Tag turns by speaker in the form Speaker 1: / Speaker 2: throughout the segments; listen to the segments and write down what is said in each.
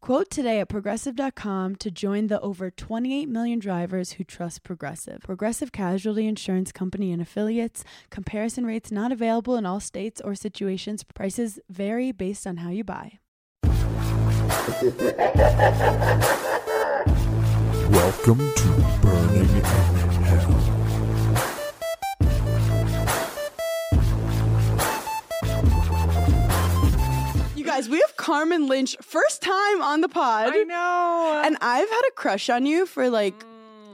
Speaker 1: Quote today at progressive.com to join the over 28 million drivers who trust Progressive. Progressive Casualty Insurance Company and affiliates. Comparison rates not available in all states or situations. Prices vary based on how you buy.
Speaker 2: Welcome to Burning in Hell.
Speaker 1: You guys, we have Carmen Lynch first time on the pod.
Speaker 3: I know.
Speaker 1: And I've had a crush on you for like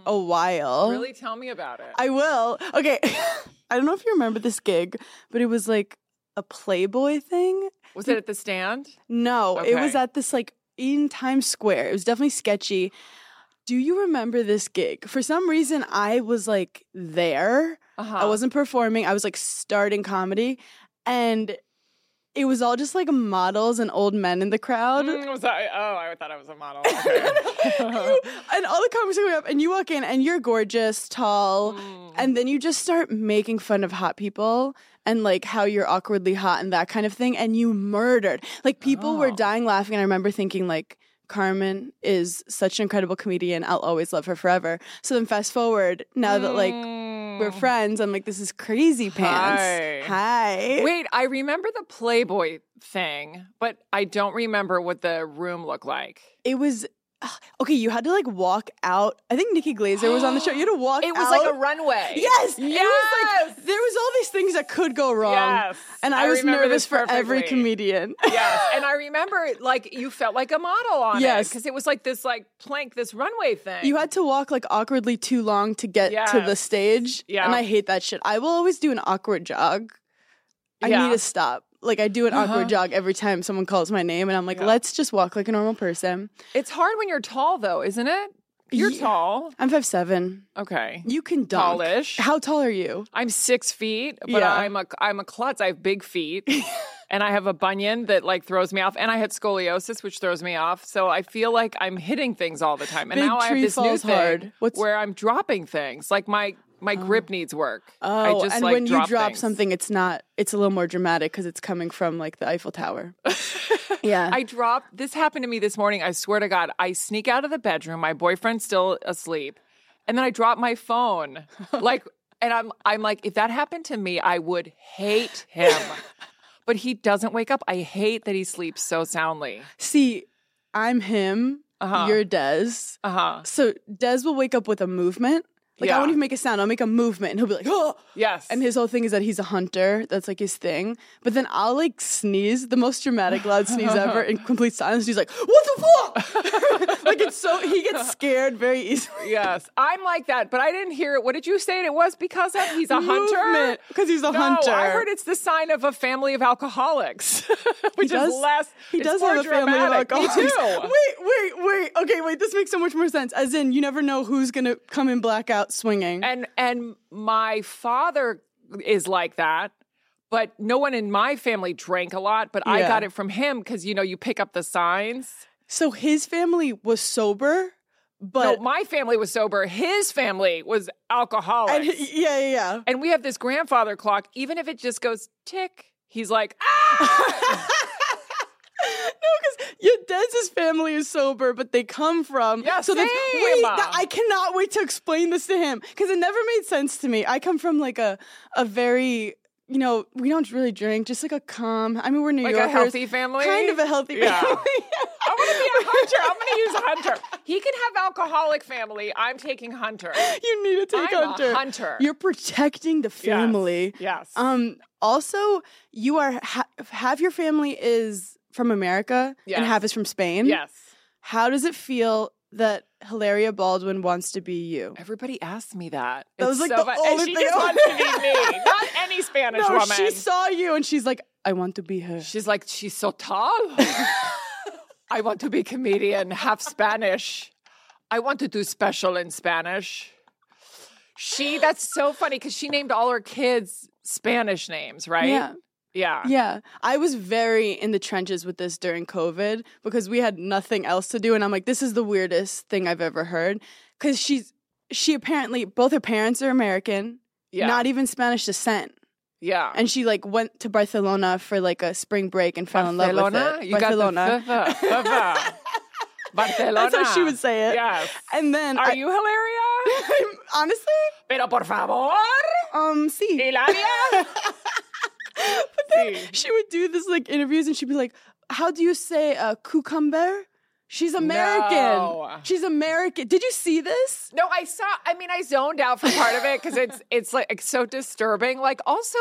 Speaker 1: a while.
Speaker 3: Mm. really tell me about it.
Speaker 1: I will. Okay. I don't know if you remember this gig, but it was like a Playboy thing.
Speaker 3: was it at the stand?
Speaker 1: No, it was
Speaker 3: Okay.
Speaker 1: at this like in Times Square. It was definitely sketchy. Do you remember this gig? For some reason, I was like there.
Speaker 3: Uh-huh.
Speaker 1: I wasn't performing. I was like starting comedy, and it was all just like models and old men in the crowd.
Speaker 3: Mm, was I, oh, I thought I was a model.
Speaker 1: and, you- and all the comics are going up, and you walk in, and you're gorgeous, tall,
Speaker 3: Mm.
Speaker 1: and then you just start making fun of hot people and like how you're awkwardly hot and that kind of thing, and you murdered. Like people were
Speaker 3: Oh.
Speaker 1: dying laughing, and I remember thinking like. Carmen is such an incredible comedian. I'll always love her forever. So then, fast forward now that like we're
Speaker 3: Mm.
Speaker 1: friends, I'm like, this is crazy pants. Hi.
Speaker 3: Wait, I remember the Playboy thing, but I don't remember what the room looked like.
Speaker 1: It was ugh, okay. You had to like walk out. I think Nikki Glazer was on the show. You had to walk.
Speaker 3: It was like
Speaker 1: out.
Speaker 3: a runway.
Speaker 1: Yes, It was
Speaker 3: Yes.
Speaker 1: like there was all these things that could go wrong.
Speaker 3: Yes.
Speaker 1: And I,
Speaker 3: I
Speaker 1: was
Speaker 3: remember
Speaker 1: nervous
Speaker 3: this
Speaker 1: for every
Speaker 3: perfectly.
Speaker 1: comedian.
Speaker 3: yes. And I remember like you felt like a model on
Speaker 1: Yes.
Speaker 3: it because it was like this like plank, this runway thing.
Speaker 1: You had to walk like awkwardly too long to get to the
Speaker 3: Yes.
Speaker 1: stage.
Speaker 3: Yeah.
Speaker 1: And I hate that shit. I will always do an awkward jog. I
Speaker 3: Yeah.
Speaker 1: need to stop. Like I do an
Speaker 3: Uh-huh.
Speaker 1: awkward jog every time someone calls my name and I'm like,
Speaker 3: Yeah.
Speaker 1: let's just walk like a normal person.
Speaker 3: it's hard when you're tall though, isn't it? You're
Speaker 1: Ye-
Speaker 3: tall.
Speaker 1: I'm five seven.
Speaker 3: Okay.
Speaker 1: You can dunk.
Speaker 3: Tallish.
Speaker 1: How tall are you?
Speaker 3: I'm six feet, but
Speaker 1: Yeah.
Speaker 3: I'm a I'm a klutz. I have big feet, and I have a bunion that like throws me off, and I had scoliosis, which throws me off. So I feel like I'm hitting things all the time, and
Speaker 1: Big
Speaker 3: now I have
Speaker 1: tree
Speaker 3: this new
Speaker 1: falls
Speaker 3: thing
Speaker 1: hard. What's-
Speaker 3: where I'm dropping things. Like my my grip needs work. I
Speaker 1: Oh,
Speaker 3: just
Speaker 1: and
Speaker 3: like
Speaker 1: when
Speaker 3: drop
Speaker 1: you drop
Speaker 3: things.
Speaker 1: something, it's not. It's a little more dramatic because it's coming from like the Eiffel Tower. yeah,
Speaker 3: I drop. This happened to me this morning. I swear to God, I sneak out of the bedroom. My boyfriend's still asleep, and then I drop my phone. Like, and I'm I'm like, if that happened to me, I would hate him. but he doesn't wake up. I hate that he sleeps so soundly.
Speaker 1: See, I'm him.
Speaker 3: Uh-huh.
Speaker 1: You're Dez.
Speaker 3: Uh huh.
Speaker 1: So Dez will wake up with a movement. Like I
Speaker 3: Yeah.
Speaker 1: won't even make a sound. I'll make a movement, and he'll be like, "Oh!"
Speaker 3: Yes.
Speaker 1: And his whole thing is that he's a hunter. That's like his thing. But then I'll like sneeze, the most dramatic loud sneeze ever, in complete silence. He's like, "What the fuck?" like it's so he gets scared very easily.
Speaker 3: Yes, I'm like that, but I didn't hear it. What did you say it was because of? He's a hunter.
Speaker 1: because he's a
Speaker 3: no,
Speaker 1: hunter.
Speaker 3: I heard it's the sign of a family of alcoholics, which
Speaker 1: does-
Speaker 3: is less.
Speaker 1: He
Speaker 3: it's
Speaker 1: does
Speaker 3: more
Speaker 1: have a family of
Speaker 3: dramatic.
Speaker 1: alcoholics.
Speaker 3: Me too.
Speaker 1: Wait, wait, wait. Okay, wait. This makes so much more sense. As in, you never know who's gonna come in blackout swinging.
Speaker 3: and and my father is like that but no one in my family drank a lot but i
Speaker 1: Yeah.
Speaker 3: got it from him because you know you pick up the signs
Speaker 1: So his family was sober, but
Speaker 3: no, my family was sober his family was alcoholic
Speaker 1: and
Speaker 3: and,
Speaker 1: he- yeah, yeah, yeah.
Speaker 3: we have this grandfather clock even if it just goes tick he's like ah
Speaker 1: no, because your Dez's family is sober, but they come from.
Speaker 3: Yeah,
Speaker 1: so that's-
Speaker 3: same.
Speaker 1: wait, that- I cannot wait to explain this to him because it never made sense to me. I come from like a a very you know we don't really drink, just like a calm. I mean, we're New
Speaker 3: Like a
Speaker 1: Yorkers,
Speaker 3: healthy family?
Speaker 1: kind of a healthy
Speaker 3: Yeah.
Speaker 1: family.
Speaker 3: i want to be a hunter i'm going to use hunter he can have alcoholic family i'm taking hunter
Speaker 1: you need to take
Speaker 3: I'm a
Speaker 1: Hunter.
Speaker 3: hunter.
Speaker 1: You're protecting the family.
Speaker 3: yes, yes.
Speaker 1: Um. Also, you are ha- half your family is from America
Speaker 3: Yes.
Speaker 1: and half is from Spain.
Speaker 3: yes
Speaker 1: How does it feel that Hilaria Baldwin wants to be you?
Speaker 3: Everybody asked me that.
Speaker 1: That was,
Speaker 3: It's
Speaker 1: like,
Speaker 3: so
Speaker 1: the
Speaker 3: fun-
Speaker 1: only
Speaker 3: and she
Speaker 1: thing
Speaker 3: just
Speaker 1: I-
Speaker 3: wanted to be me, not any Spanish
Speaker 1: no,
Speaker 3: woman.
Speaker 1: she saw you and she's like, I want to be her.
Speaker 3: She's like, she's so tall. I want to be comedian, half Spanish. I want to do special in Spanish. She that's so funny because she named all her kids Spanish names, right?
Speaker 4: Yeah.
Speaker 3: Yeah.
Speaker 4: Yeah. I was very in the trenches with this during COVID because we had nothing else to do. And I'm like, this is the weirdest thing I've ever heard. Cause she's, she apparently, both her parents are American,
Speaker 3: Yeah.
Speaker 4: not even Spanish descent.
Speaker 3: yeah.
Speaker 4: And she like went to Barcelona for like a spring break and fell in love with it.
Speaker 3: You
Speaker 4: Barcelona.
Speaker 3: got the fuh-fuh, fuh-fuh. Barcelona.
Speaker 4: That's how she would say it.
Speaker 3: Yes.
Speaker 4: And then
Speaker 3: Are
Speaker 4: I-
Speaker 3: you Hilaria?
Speaker 4: honestly,
Speaker 3: Pero por favor,
Speaker 4: um, see,
Speaker 3: Hilaria.
Speaker 4: But then
Speaker 3: See.
Speaker 4: she would do this like interviews and she'd be like, How do you say uh, cucumber? She's American.
Speaker 3: No.
Speaker 4: She's American. Did you see this?
Speaker 3: No, I saw. I mean, I zoned out for part of it because it's it's like it's so disturbing. Like, also,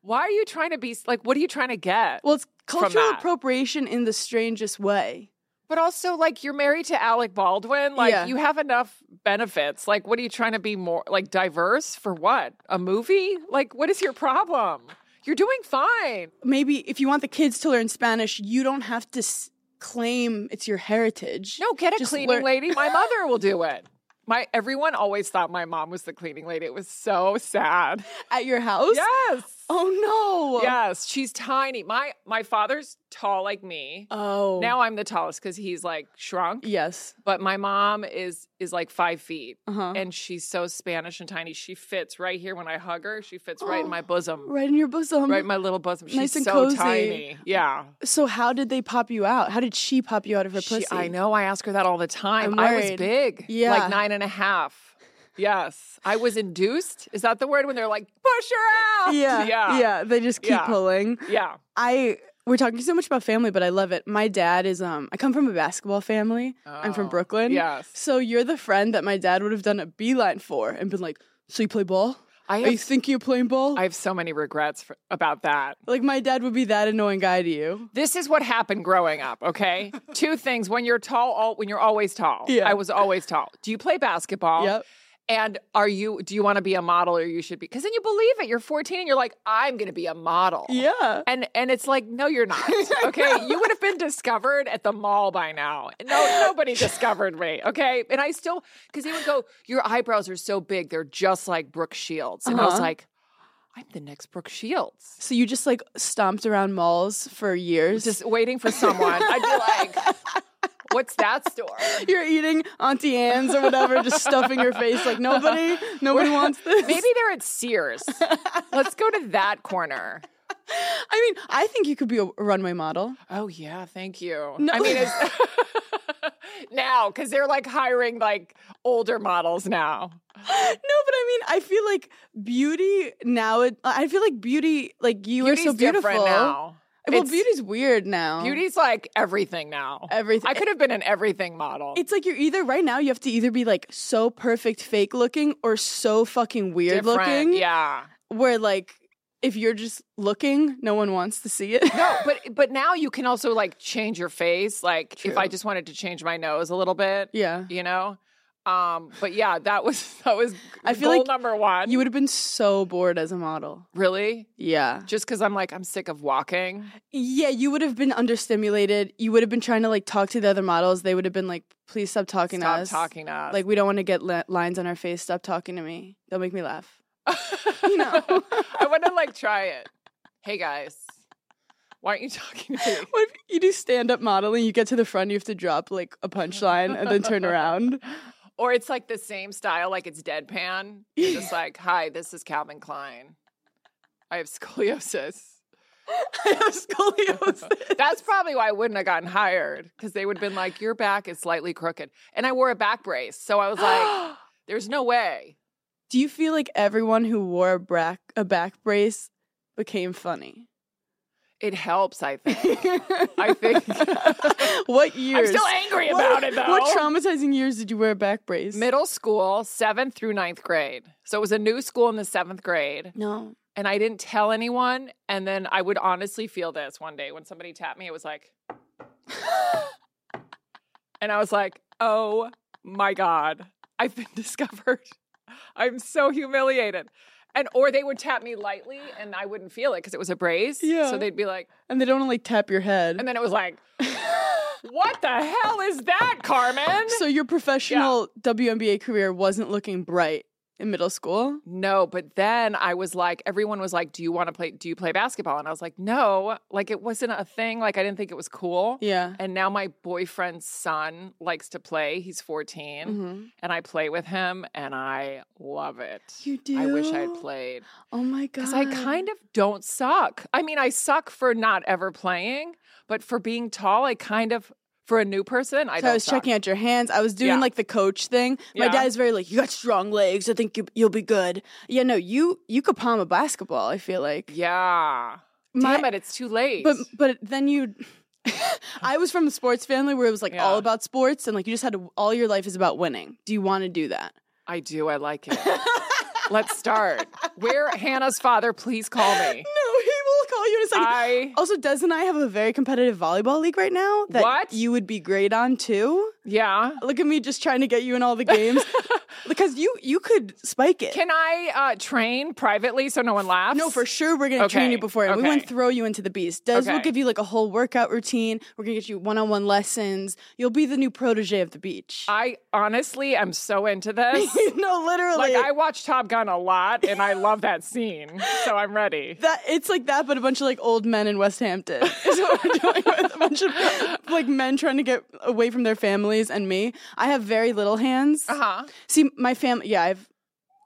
Speaker 3: why are you trying to be like? What are you trying to get?
Speaker 4: Well, it's cultural
Speaker 3: that.
Speaker 4: appropriation in the strangest way.
Speaker 3: But also, like, you're married to Alec Baldwin. Like,
Speaker 4: Yeah.
Speaker 3: you have enough benefits. Like, what are you trying to be more like diverse for? What a movie? Like, what is your problem? You're doing fine.
Speaker 4: Maybe if you want the kids to learn Spanish, you don't have to s- claim it's your heritage.
Speaker 3: No, get a
Speaker 4: Just
Speaker 3: cleaning
Speaker 4: learn-
Speaker 3: lady. My mother will do it. My everyone always thought my mom was the cleaning lady. It was so sad.
Speaker 4: At your house?
Speaker 3: Yes.
Speaker 4: Oh, no.
Speaker 3: Yes, she's tiny. My my father's tall like me.
Speaker 4: Oh.
Speaker 3: Now I'm the tallest because he's like shrunk.
Speaker 4: Yes.
Speaker 3: But my mom is is like five feet,
Speaker 4: Uh huh.
Speaker 3: and she's so Spanish and tiny. She fits right here when I hug her. She fits right in my
Speaker 4: Oh.
Speaker 3: bosom,
Speaker 4: Right in your bosom.
Speaker 3: right in my little bosom. She's
Speaker 4: Nice and
Speaker 3: so
Speaker 4: cozy.
Speaker 3: tiny. Yeah.
Speaker 4: so, how did they pop you out? How did she pop you out of her
Speaker 3: She-
Speaker 4: pussy?
Speaker 3: I know. I ask her that all the time.
Speaker 4: I'm
Speaker 3: I was
Speaker 4: worried.
Speaker 3: big,
Speaker 4: Yeah.
Speaker 3: like nine and a half. Yes, I was induced. Is that the word when they're like push her out?
Speaker 4: Yeah.
Speaker 3: yeah,
Speaker 4: Yeah. They just keep
Speaker 3: Yeah.
Speaker 4: pulling.
Speaker 3: yeah.
Speaker 4: I we're talking so much about family, but I love it. My dad is um I come from a basketball family. I'm from
Speaker 3: Oh,
Speaker 4: Brooklyn.
Speaker 3: Yes,
Speaker 4: So you're the friend that my dad would have done a beeline for and been like, So you play ball?
Speaker 3: I
Speaker 4: Are you
Speaker 3: have.
Speaker 4: thinking of playing ball?
Speaker 3: I have so many regrets for, about that.
Speaker 4: like my dad would be that annoying guy to you.
Speaker 3: This is what happened growing up. Okay, two things. When you're tall, all, when you're always tall.
Speaker 4: Yeah.
Speaker 3: I was always tall. Do you play basketball?
Speaker 4: Yep.
Speaker 3: And are you? Do you want to be a model, or you should be? Because then you believe it. You're 14, and you're like, I'm going to be a model.
Speaker 4: Yeah.
Speaker 3: And and it's like, no, you're not. Okay. you would have been discovered at the mall by now. No, nobody discovered me. Okay. And I still because they would go, Your eyebrows are so big, they're just like Brooke Shields. And I was
Speaker 4: Uh-huh.
Speaker 3: like, I'm the next Brooke Shields.
Speaker 4: So you just like stomped around malls for years.
Speaker 3: Just waiting for someone. I'd be like, What's that store?
Speaker 4: you're eating Auntie Anne's or whatever, just stuffing your face like nobody, nobody wants this.
Speaker 3: Maybe they're at Sears. Let's go to that corner.
Speaker 4: I mean, I think you could be a runway model.
Speaker 3: Oh yeah, thank you.
Speaker 4: No.
Speaker 3: I mean, it's now because they're like hiring like older models now.
Speaker 4: No, but I mean, I feel like beauty now. it- I feel like beauty, like you
Speaker 3: Beauty's
Speaker 4: are so beautiful.
Speaker 3: different now.
Speaker 4: Well,
Speaker 3: It's-
Speaker 4: beauty's weird now.
Speaker 3: Beauty's like everything now.
Speaker 4: everything.
Speaker 3: I could have been an everything model.
Speaker 4: It's like you're either right now. You have to either be like so perfect, fake looking, or so fucking weird
Speaker 3: Different,
Speaker 4: looking.
Speaker 3: Yeah.
Speaker 4: Where like if you're just looking, no one wants to see it.
Speaker 3: No, but but now you can also like change your face. Like if I
Speaker 4: True.
Speaker 3: just wanted to change my nose a little bit,
Speaker 4: yeah.
Speaker 3: you know. Um, but yeah, that was that was
Speaker 4: I feel
Speaker 3: goal
Speaker 4: like
Speaker 3: number one.
Speaker 4: You would have been so bored as a model.
Speaker 3: really
Speaker 4: Yeah.
Speaker 3: just because I'm like I'm sick of walking.
Speaker 4: Yeah, you would have been understimulated. You would have been trying to like talk to the other models. They would have been like, please stop talking
Speaker 3: Stop
Speaker 4: to us.
Speaker 3: talking to us.
Speaker 4: Like we don't want to get li- lines on our face. Stop talking to me. They'll make me laugh.
Speaker 3: you
Speaker 4: know.
Speaker 3: I want to like try it. Hey guys, why aren't you talking to me?
Speaker 4: What if you do stand up modeling? You get to the front, you have to drop like a punchline and then turn around.
Speaker 3: Or it's like the same style, like it's deadpan. You're just like, hi, this is Calvin Klein. I have scoliosis.
Speaker 4: I have scoliosis.
Speaker 3: That's probably why I wouldn't have gotten hired because they would have been like, your back is slightly crooked. And I wore a back brace. So I was like, there's no way.
Speaker 4: do you feel like everyone who wore a back a back brace became funny?
Speaker 3: It helps, I think.
Speaker 4: I
Speaker 3: I think.
Speaker 4: what years?
Speaker 3: I'm still angry
Speaker 4: What-
Speaker 3: about it though.
Speaker 4: What traumatizing years did you wear a back brace?
Speaker 3: Middle school, seventh through ninth grade. So it was a new school in the seventh grade.
Speaker 4: No.
Speaker 3: and I didn't tell anyone. And then I would honestly feel this one day when somebody tapped me, it was like, and I was like, oh my God, I've been discovered. I'm so humiliated. And or they would tap me lightly and I wouldn't feel it because it was a brace.
Speaker 4: Yeah.
Speaker 3: So they'd be like,
Speaker 4: And they don't only tap your head.
Speaker 3: and then it was like, what the hell is that, Carmen?
Speaker 4: so your professional WNBA career wasn't looking bright in middle school.
Speaker 3: No, but then I was like, everyone was like, "Do you want to play? Do you play basketball?" And I was like, "No, like it wasn't a thing. Like I didn't think it was cool."
Speaker 4: Yeah.
Speaker 3: And now my boyfriend's son likes to play. He's 14,
Speaker 4: Mhm.
Speaker 3: and I play with him, and I love it.
Speaker 4: You do.
Speaker 3: I wish I had played
Speaker 4: Oh my god.
Speaker 3: because I kind of don't suck. I mean, I suck for not ever playing, but for being tall, I kind of for a new person, I
Speaker 4: So
Speaker 3: don't.
Speaker 4: I was
Speaker 3: suck.
Speaker 4: checking out your hands. I was doing
Speaker 3: Yeah.
Speaker 4: like the coach thing. My
Speaker 3: Yeah.
Speaker 4: dad is very like, "You got strong legs. I think you, you'll be good." Yeah, no, you you could palm a basketball. I feel like.
Speaker 3: Yeah.
Speaker 4: My-
Speaker 3: Damn it! It's too late.
Speaker 4: But but then you, I was from a sports family where it was like all
Speaker 3: Yeah.
Speaker 4: about sports and like you just had to all your life is about winning. Do you want to do that?
Speaker 3: I do. I like it. Let's start. Where Hannah's father, please call me.
Speaker 4: No, he will call you in a second.
Speaker 3: I
Speaker 4: also, Des and I have a very competitive volleyball league right now that
Speaker 3: What?
Speaker 4: you would be great on too.
Speaker 3: yeah.
Speaker 4: Look at me just trying to get you in all the games because you you could spike it.
Speaker 3: Can I uh, train privately so no one laughs?
Speaker 4: No, for sure. We're gonna train
Speaker 3: Okay,
Speaker 4: you before, and we won't
Speaker 3: okay.
Speaker 4: throw you into the beast. Des will
Speaker 3: Okay.
Speaker 4: give you like a whole workout routine. We're gonna get you one-on-one lessons. You'll be the new protege of the beach.
Speaker 3: I honestly am so into this.
Speaker 4: no,
Speaker 3: like
Speaker 4: literally.
Speaker 3: I watch Top Gun a lot, and I love that scene, so I'm ready.
Speaker 4: that it's like that, but a bunch of like old men in West Hampton is what we're doing with a bunch of like men trying to get away from their families and me. I have very little hands.
Speaker 3: Uh huh.
Speaker 4: See, my family, yeah, I have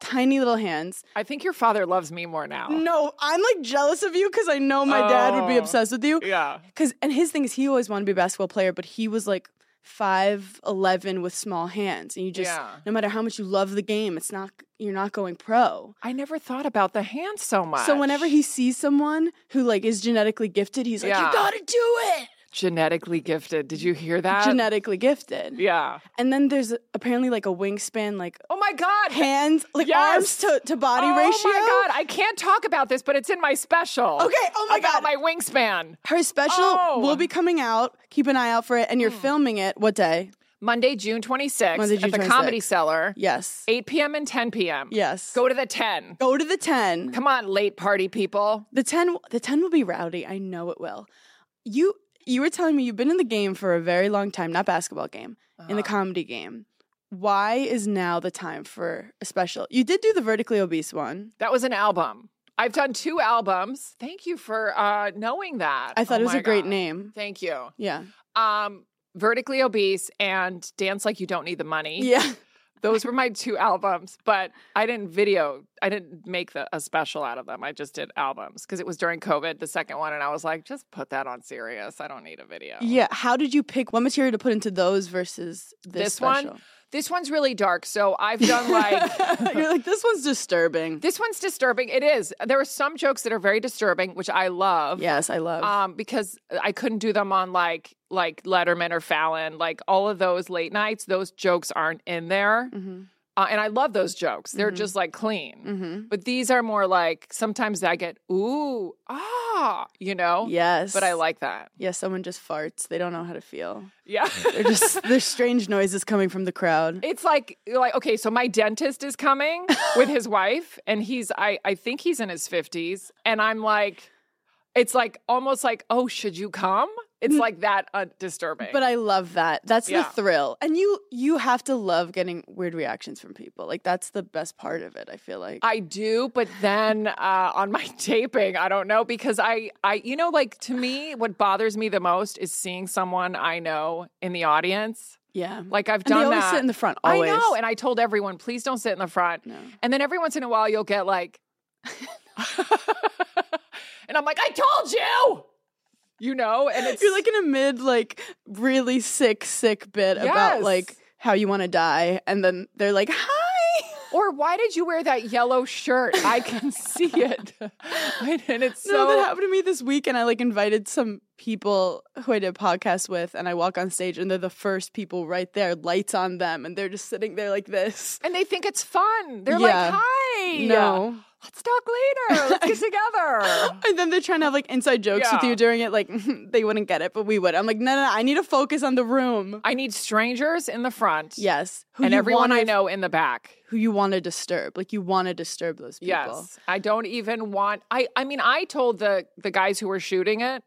Speaker 4: tiny little hands.
Speaker 3: I think your father loves me more now.
Speaker 4: No, I'm like jealous of you because I know my dad would be
Speaker 3: Oh.
Speaker 4: obsessed with you.
Speaker 3: Yeah.
Speaker 4: Cause and his thing is he always wanted to be a basketball player, but he was like five eleven with small hands, and you just
Speaker 3: Yeah.
Speaker 4: no matter how much you love the game, it's not you're not going pro.
Speaker 3: I never thought about the hand so much.
Speaker 4: So whenever he sees someone who like is genetically gifted, he's like,
Speaker 3: Yeah.
Speaker 4: you gotta do it.
Speaker 3: genetically gifted, did you hear that?
Speaker 4: genetically gifted.
Speaker 3: yeah.
Speaker 4: And then there's apparently like a wingspan, like
Speaker 3: Oh my God.
Speaker 4: hands, like arms
Speaker 3: Yes.
Speaker 4: to, to body
Speaker 3: oh
Speaker 4: ratio.
Speaker 3: my god, I can't talk about this, but it's in my special.
Speaker 4: Okay, oh my
Speaker 3: about
Speaker 4: God.
Speaker 3: my wingspan.
Speaker 4: Her special
Speaker 3: Oh. Hmm.
Speaker 4: will be coming out. Keep an eye out for it. And you're filming it what day?
Speaker 3: Monday, June 26th
Speaker 4: Monday, June
Speaker 3: at the
Speaker 4: 26th.
Speaker 3: Comedy Cellar,
Speaker 4: Yes.
Speaker 3: 8 p.m. and 10 p.m.
Speaker 4: Yes.
Speaker 3: Go to the 10.
Speaker 4: Go to the 10.
Speaker 3: Come on, late party people.
Speaker 4: The 10 the 10 will be rowdy. I know it will. You you were telling me you've been in the game for a very long time, not basketball game, in the
Speaker 3: Ah.
Speaker 4: comedy game. Why is now the time for a special? You did do the vertically obese one.
Speaker 3: That was an album. I've done two albums. Thank you for uh, knowing that.
Speaker 4: I thought
Speaker 3: Oh
Speaker 4: it was
Speaker 3: my
Speaker 4: a great
Speaker 3: God.
Speaker 4: name.
Speaker 3: Thank you.
Speaker 4: Yeah.
Speaker 3: Um, Vertically Obese and Dance Like You Don't Need the Money.
Speaker 4: Yeah.
Speaker 3: Those were my two albums, but I didn't video, I didn't make the, a special out of them. I just did albums because it was during COVID, the second one. And I was like, just put that on serious. I don't need a video.
Speaker 4: Yeah. How did you pick what material to put into those versus this,
Speaker 3: This one?
Speaker 4: special?
Speaker 3: This one's really dark. So I've done like,
Speaker 4: You're like, this one's disturbing.
Speaker 3: this one's disturbing. It is. There are some jokes that are very disturbing, which I love.
Speaker 4: yes, I love.
Speaker 3: Um, because I couldn't do them on like like Letterman or Fallon, like all of those late nights. Those jokes aren't in there,
Speaker 4: Mhm.
Speaker 3: uh, and I love those jokes. They're
Speaker 4: Mhm.
Speaker 3: just like clean.
Speaker 4: hmm
Speaker 3: But these are more like sometimes I get ooh ah, you know.
Speaker 4: Yes.
Speaker 3: But I like that.
Speaker 4: Yeah, someone just farts. They don't know how to feel.
Speaker 3: Yeah.
Speaker 4: They're just there's strange noises coming from the crowd.
Speaker 3: It's like you're like okay, so my dentist is coming with his wife, and he's I I think he's in his fifties, and I'm like, it's like almost like oh, should you come? It's
Speaker 4: Mm.
Speaker 3: like that uh, disturbing.
Speaker 4: But I love that. That's
Speaker 3: Yeah.
Speaker 4: the thrill. And you you have to love getting weird reactions from people. Like that's the best part of it, I feel like.
Speaker 3: I do, but then uh, on my taping, I don't know because I, I, you know, like to me, what bothers me the most is seeing someone I know in the audience.
Speaker 4: yeah. Like,
Speaker 3: Like I've
Speaker 4: and they
Speaker 3: done
Speaker 4: always
Speaker 3: that.
Speaker 4: sit in the front always.
Speaker 3: I know, and I told everyone, please don't sit in the front.
Speaker 4: No.
Speaker 3: And then every once in a while, you'll get like, and I'm like, I told you, you know, and it's
Speaker 4: You're like in a mid like really sick sick bit about
Speaker 3: Yes.
Speaker 4: like how you want to die and then they're like, "Hi."
Speaker 3: or why did you wear that yellow shirt? I can see it, and it's so.
Speaker 4: no, that happened to me this week, and I like invited some people who I did podcasts with, and I walk on stage, and they're the first people right there, lights on them, and they're just sitting there like this.
Speaker 3: and they think it's fun. They're
Speaker 4: Yeah.
Speaker 3: like, "Hi,
Speaker 4: No,
Speaker 3: let's talk later. Let's get together."
Speaker 4: and then they're trying to have like inside jokes with
Speaker 3: Yeah.
Speaker 4: you during it, like they wouldn't get it, but we would. I'm like, no, no, no I need to focus on the room.
Speaker 3: I need strangers in the front,
Speaker 4: Yes, who
Speaker 3: and
Speaker 4: you
Speaker 3: everyone I
Speaker 4: wanna-
Speaker 3: know in the back.
Speaker 4: who you want to disturb, like you want to disturb those people. Mm-hmm.
Speaker 3: Yes, I don't even want. I I mean, I told the the guys who were shooting it,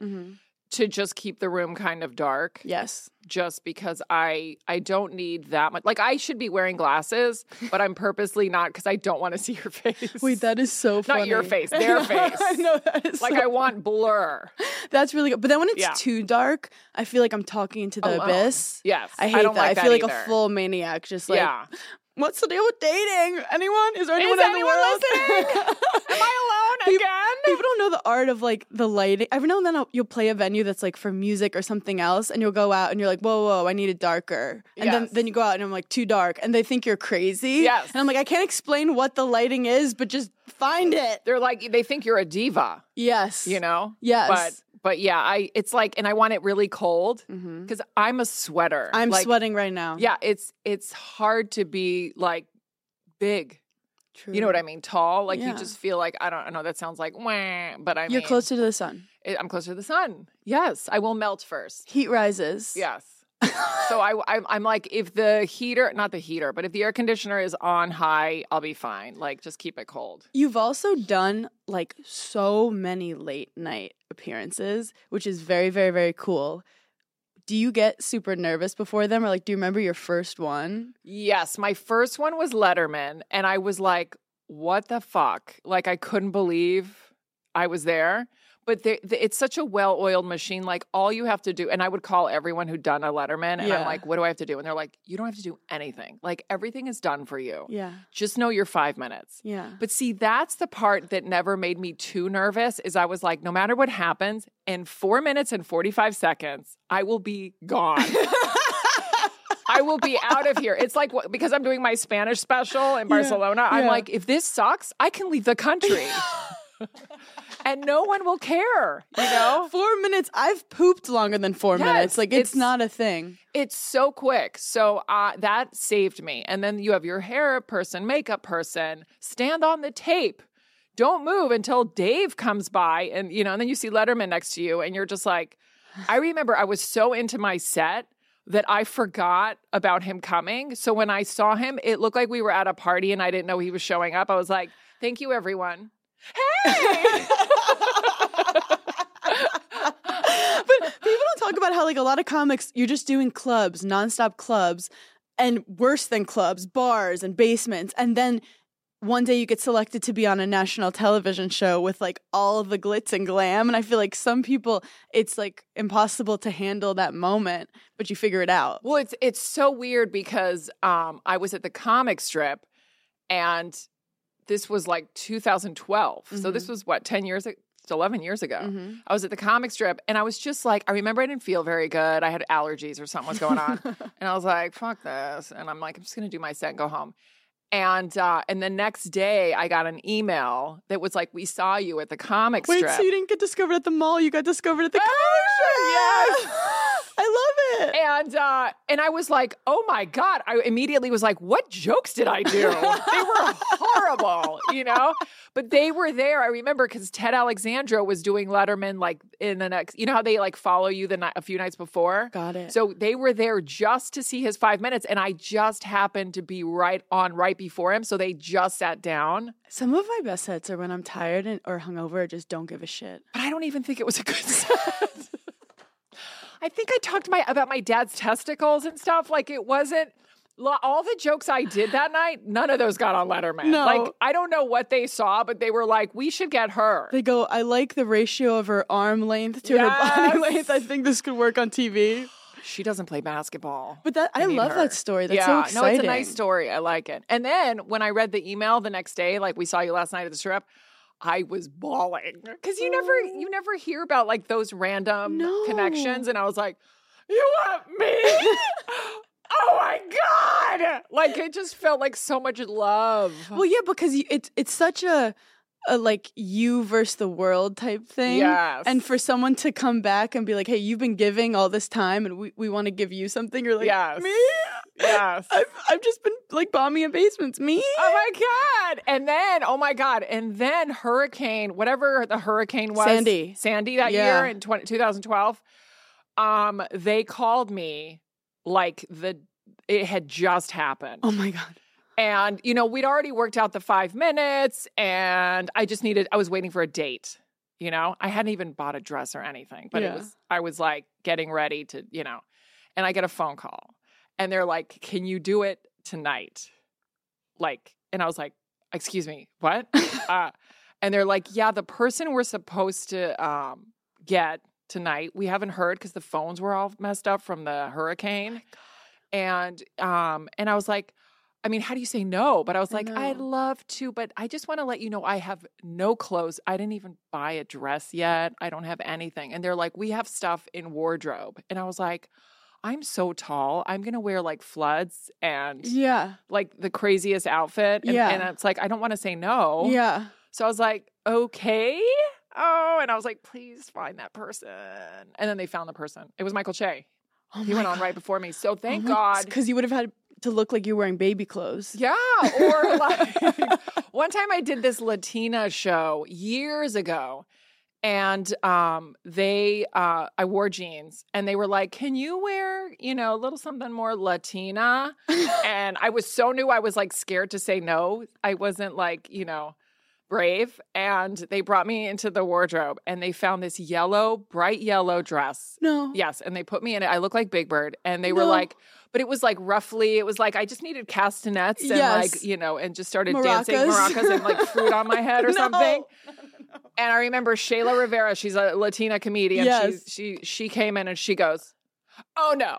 Speaker 3: to just keep the room kind of dark
Speaker 4: Yes.
Speaker 3: just because I I don't need that much. Like I should be wearing glasses, but I'm purposely not because I don't want to see your face.
Speaker 4: Wait, that is so funny.
Speaker 3: Not your face, their face.
Speaker 4: I know that is
Speaker 3: like
Speaker 4: so-
Speaker 3: I want blur.
Speaker 4: that's really good. But then when it's
Speaker 3: Yeah.
Speaker 4: too dark, I feel like I'm talking into the
Speaker 3: Alone.
Speaker 4: abyss.
Speaker 3: Yes,
Speaker 4: I hate
Speaker 3: don't
Speaker 4: that.
Speaker 3: Like
Speaker 4: I feel like
Speaker 3: either.
Speaker 4: a full maniac, just like,
Speaker 3: yeah.
Speaker 4: what's the deal with dating? Anyone? Is there
Speaker 3: Is
Speaker 4: anyone in
Speaker 3: anyone
Speaker 4: the world?
Speaker 3: Am I alone
Speaker 4: People-
Speaker 3: again?
Speaker 4: People don't know the art of like the lighting. Every now and then I'll- you'll play a venue that's like for music or something else, and you'll go out and you're like, whoa, whoa, I need it darker. And then,
Speaker 3: Yes.
Speaker 4: then you go out and I'm like, too dark. And they think you're crazy.
Speaker 3: Yes.
Speaker 4: And I'm like, I can't explain what the lighting is, but just find it.
Speaker 3: They're like they think you're a diva,
Speaker 4: Yes.
Speaker 3: you know.
Speaker 4: Yes.
Speaker 3: But but yeah, I it's like and I want it really cold
Speaker 4: Mhm.
Speaker 3: because I'm a sweater.
Speaker 4: I'm uh-huh.
Speaker 3: Like,
Speaker 4: sweating right now.
Speaker 3: Yeah, it's it's hard to be like big.
Speaker 4: True.
Speaker 3: You know what I mean? Tall. Like
Speaker 4: Yeah.
Speaker 3: you just feel like I don't I know. That sounds like wah, but I
Speaker 4: You're
Speaker 3: mean,
Speaker 4: closer to the sun.
Speaker 3: It, I'm closer to the sun. Yes, I will melt first.
Speaker 4: Heat rises.
Speaker 3: Yes. so I, I'm, I'm like, if the heater, not the heater, but if the air conditioner is on high, I'll be fine. Like, just keep it cold.
Speaker 4: You've also done like so many late night appearances, which is very, very, very cool. Do you get super nervous before them, or like, do you remember your first one?
Speaker 3: Yes, my first one was Letterman, and I was like, what the fuck? Like, I couldn't believe I was there. But they, th it's such a well oiled machine. Like, all you have to do, and I would call everyone who'd done a Letterman, and
Speaker 4: Yeah.
Speaker 3: I'm like, what do I have to do? And they're like, you don't have to do anything. Like, everything is done for you.
Speaker 4: Yeah,
Speaker 3: Just know your five minutes.
Speaker 4: yeah.
Speaker 3: But see, that's the part that never made me too nervous is I was like, no matter what happens, in four minutes and 45 seconds, I will be gone. I will be out of here. It's like wh- because I'm doing my Spanish special in Barcelona, I'm
Speaker 4: yeah.
Speaker 3: like, if this sucks, I can leave the country. and no one will care, you know?
Speaker 4: Four minutes. I've pooped longer than four
Speaker 3: Yes,
Speaker 4: minutes. Like, it's,
Speaker 3: it's-
Speaker 4: not a thing.
Speaker 3: It's so quick. So uh, that saved me. And then you have your hair person, makeup person, stand on the tape. Don't move until Dave comes by. And, you know, and then you see Letterman next to you and you're just like, I remember I was so into my set that I forgot about him coming. So when I saw him, it looked like we were at a party and I didn't know he was showing up. I was like, thank you, everyone.
Speaker 4: People don't talk about how, like, a lot of comics, you're just doing clubs, nonstop clubs, and worse than clubs, bars and basements. And then one day you get selected to be on a national television show with, like, all the glitz and glam. And I feel like some people, it's, like, impossible to handle that moment, but you figure it out.
Speaker 3: Well, it's it's so weird because um, I was at the comic strip, and this was like 2012. So
Speaker 4: Mm-hmm.
Speaker 3: this was what 10 years, ag- 11 years ago.
Speaker 4: Mhm.
Speaker 3: I was at the comic strip, and I was just like, I remember I didn't feel very good. I had allergies or something was going on, and I was like, fuck this. And I'm like, I'm just gonna do my set and go home. And uh, and the next day, I got an email that was like, "We saw you at the comic
Speaker 4: Wait,
Speaker 3: strip."
Speaker 4: so you didn't get discovered at the mall, you got discovered at the
Speaker 3: Ah! yes.
Speaker 4: comic shop. I love it.
Speaker 3: and uh, and I was like, oh my god! I immediately was like, what jokes did I do? they were horrible, you know. But they were there. I remember because Ted Alexandro was doing Letterman like in the next. You know how they like follow you the night a few nights before.
Speaker 4: Got it.
Speaker 3: So they were there just to see his five minutes, and I just happened to be right on right before him. So they just sat down.
Speaker 4: Some of my best sets are when I'm tired and, or hungover, I just don't give a shit.
Speaker 3: But I don't even think it was a good set. I think I talked my about my dad's testicles and stuff. Like it wasn't lo- all the jokes I did that night. None of those got on Letterman.
Speaker 4: No.
Speaker 3: Like I don't know what they saw, but they were like, "We should get her."
Speaker 4: They go, I like the ratio of her arm length to her body
Speaker 3: Yes.
Speaker 4: length. I think this could work on TV.
Speaker 3: She doesn't play basketball.
Speaker 4: But that I
Speaker 3: need
Speaker 4: love
Speaker 3: her.
Speaker 4: that story. That's so
Speaker 3: yeah,
Speaker 4: exciting.
Speaker 3: no, it's a nice story. I like it. And then when I read the email the next day, like we saw you last night at the strip, I was bawling because you never you never hear about like those random
Speaker 4: Oh. No.
Speaker 3: connections, and I was like, "You want me? oh my god!" Like it just felt like so much love.
Speaker 4: Well, yeah, because you, it's it's such a a like you versus the world type thing.
Speaker 3: Yes.
Speaker 4: And for someone to come back and be like, hey, you've been giving all this time and we, we want to give you something, you're like,
Speaker 3: Yes.
Speaker 4: me?
Speaker 3: yes.
Speaker 4: I've, I've just been like bombing in basements. Me?
Speaker 3: Oh my god! And then, oh my god! And then Hurricane, whatever the hurricane was,
Speaker 4: Sandy.
Speaker 3: Sandy that
Speaker 4: Yeah.
Speaker 3: year in 20, 2012. Um, they called me like the it had just happened,
Speaker 4: Oh my God.
Speaker 3: and you know we'd already worked out the five minutes, and I just needed. I was waiting for a date. you know i hadn't even bought a dress or anything but
Speaker 4: Yeah.
Speaker 3: it was i was like getting ready to you know and i get a phone call and they're like can you do it tonight like and i was like excuse me what uh, and they're like yeah the person we're supposed to um, get tonight we haven't heard because the phones were all messed up from the
Speaker 4: Oh
Speaker 3: hurricane and um and i was like I mean, how do you say no? But I was
Speaker 4: I
Speaker 3: like, I'd
Speaker 4: know.
Speaker 3: love to, but I just want to let you know I have no clothes. I didn't even buy a dress yet. I don't have anything. And they're like, we have stuff in wardrobe. And I was like, I'm so tall. I'm going to wear like floods and
Speaker 4: Yeah.
Speaker 3: like the craziest outfit. And,
Speaker 4: Yeah.
Speaker 3: and it's like, I don't want to say no.
Speaker 4: Yeah.
Speaker 3: So I was like, okay. Oh, and I was like, please find that person. And then they found the person. It was Michael Che.
Speaker 4: Oh
Speaker 3: he
Speaker 4: my
Speaker 3: went on
Speaker 4: God.
Speaker 3: right before me. So thank God.
Speaker 4: Because you would have had to look like you're wearing baby clothes.
Speaker 3: Yeah. Or like one time I did this Latina show years ago. And um, they, uh, I wore jeans, and they were like, "Can you wear, you know, a little something more Latina?" and I was so new, I was like scared to say no. I wasn't like, you know, brave. And they brought me into the wardrobe, and they found this yellow, bright yellow dress,
Speaker 4: No.
Speaker 3: Yes, and they put me in it. I look like Big Bird, and they were
Speaker 4: No.
Speaker 3: like, but it was like roughly, it was like I just needed castanets and
Speaker 4: Yes.
Speaker 3: like you know, and just started dancing
Speaker 4: Maracas.
Speaker 3: maracas and like fruit on my head or
Speaker 4: No.
Speaker 3: something. And I remember Shayla Rivera, she's a Latina comedian.
Speaker 4: Yes.
Speaker 3: She, she she came in and she goes, "Oh no,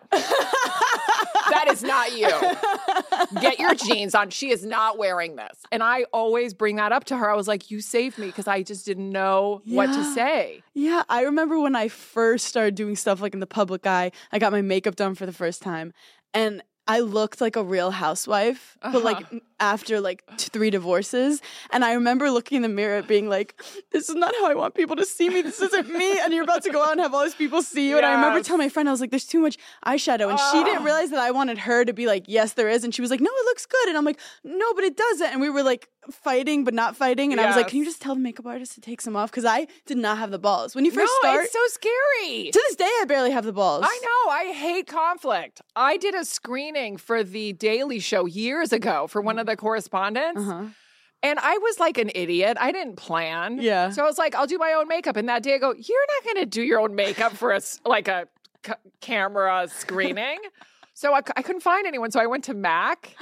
Speaker 3: that is not you. Get your jeans on. She is not wearing this." And I always bring that up to her. I was like, "You saved me," because I just didn't know what to
Speaker 4: Yeah.
Speaker 3: say.
Speaker 4: Yeah, I remember when I first started doing stuff like in the public eye, I got my makeup done for the first time and I looked like a real housewife, but like
Speaker 3: Uh-huh.
Speaker 4: after like t- three divorces. And I remember looking in the mirror being like, this is not how I want people to see me. This isn't me. And you're about to go out and have all these people see you. And I remember
Speaker 3: Yes.
Speaker 4: telling my friend, I was like, there's too much eyeshadow. And she didn't
Speaker 3: Oh.
Speaker 4: realize that I wanted her to be like, yes, there is. And she was like, no, it looks good. And I'm like, no, but it doesn't. And we were like fighting, but not fighting. And I was like, can you
Speaker 3: Yes.
Speaker 4: just tell the makeup artist to take some off because I did not have the balls. When you first
Speaker 3: no,
Speaker 4: start,
Speaker 3: it's so scary.
Speaker 4: to this day, I barely have the balls.
Speaker 3: I know. I hate conflict. I did a screening for the Daily Show years ago for one of the correspondents,
Speaker 4: Uh-huh.
Speaker 3: and I was like an idiot. I didn't plan.
Speaker 4: Yeah.
Speaker 3: So I was like, I'll do my own makeup. And that day, I go, "You're not going to do your own makeup for a s- like a c- camera screening." so I, c- I couldn't find anyone, so I went to Mac,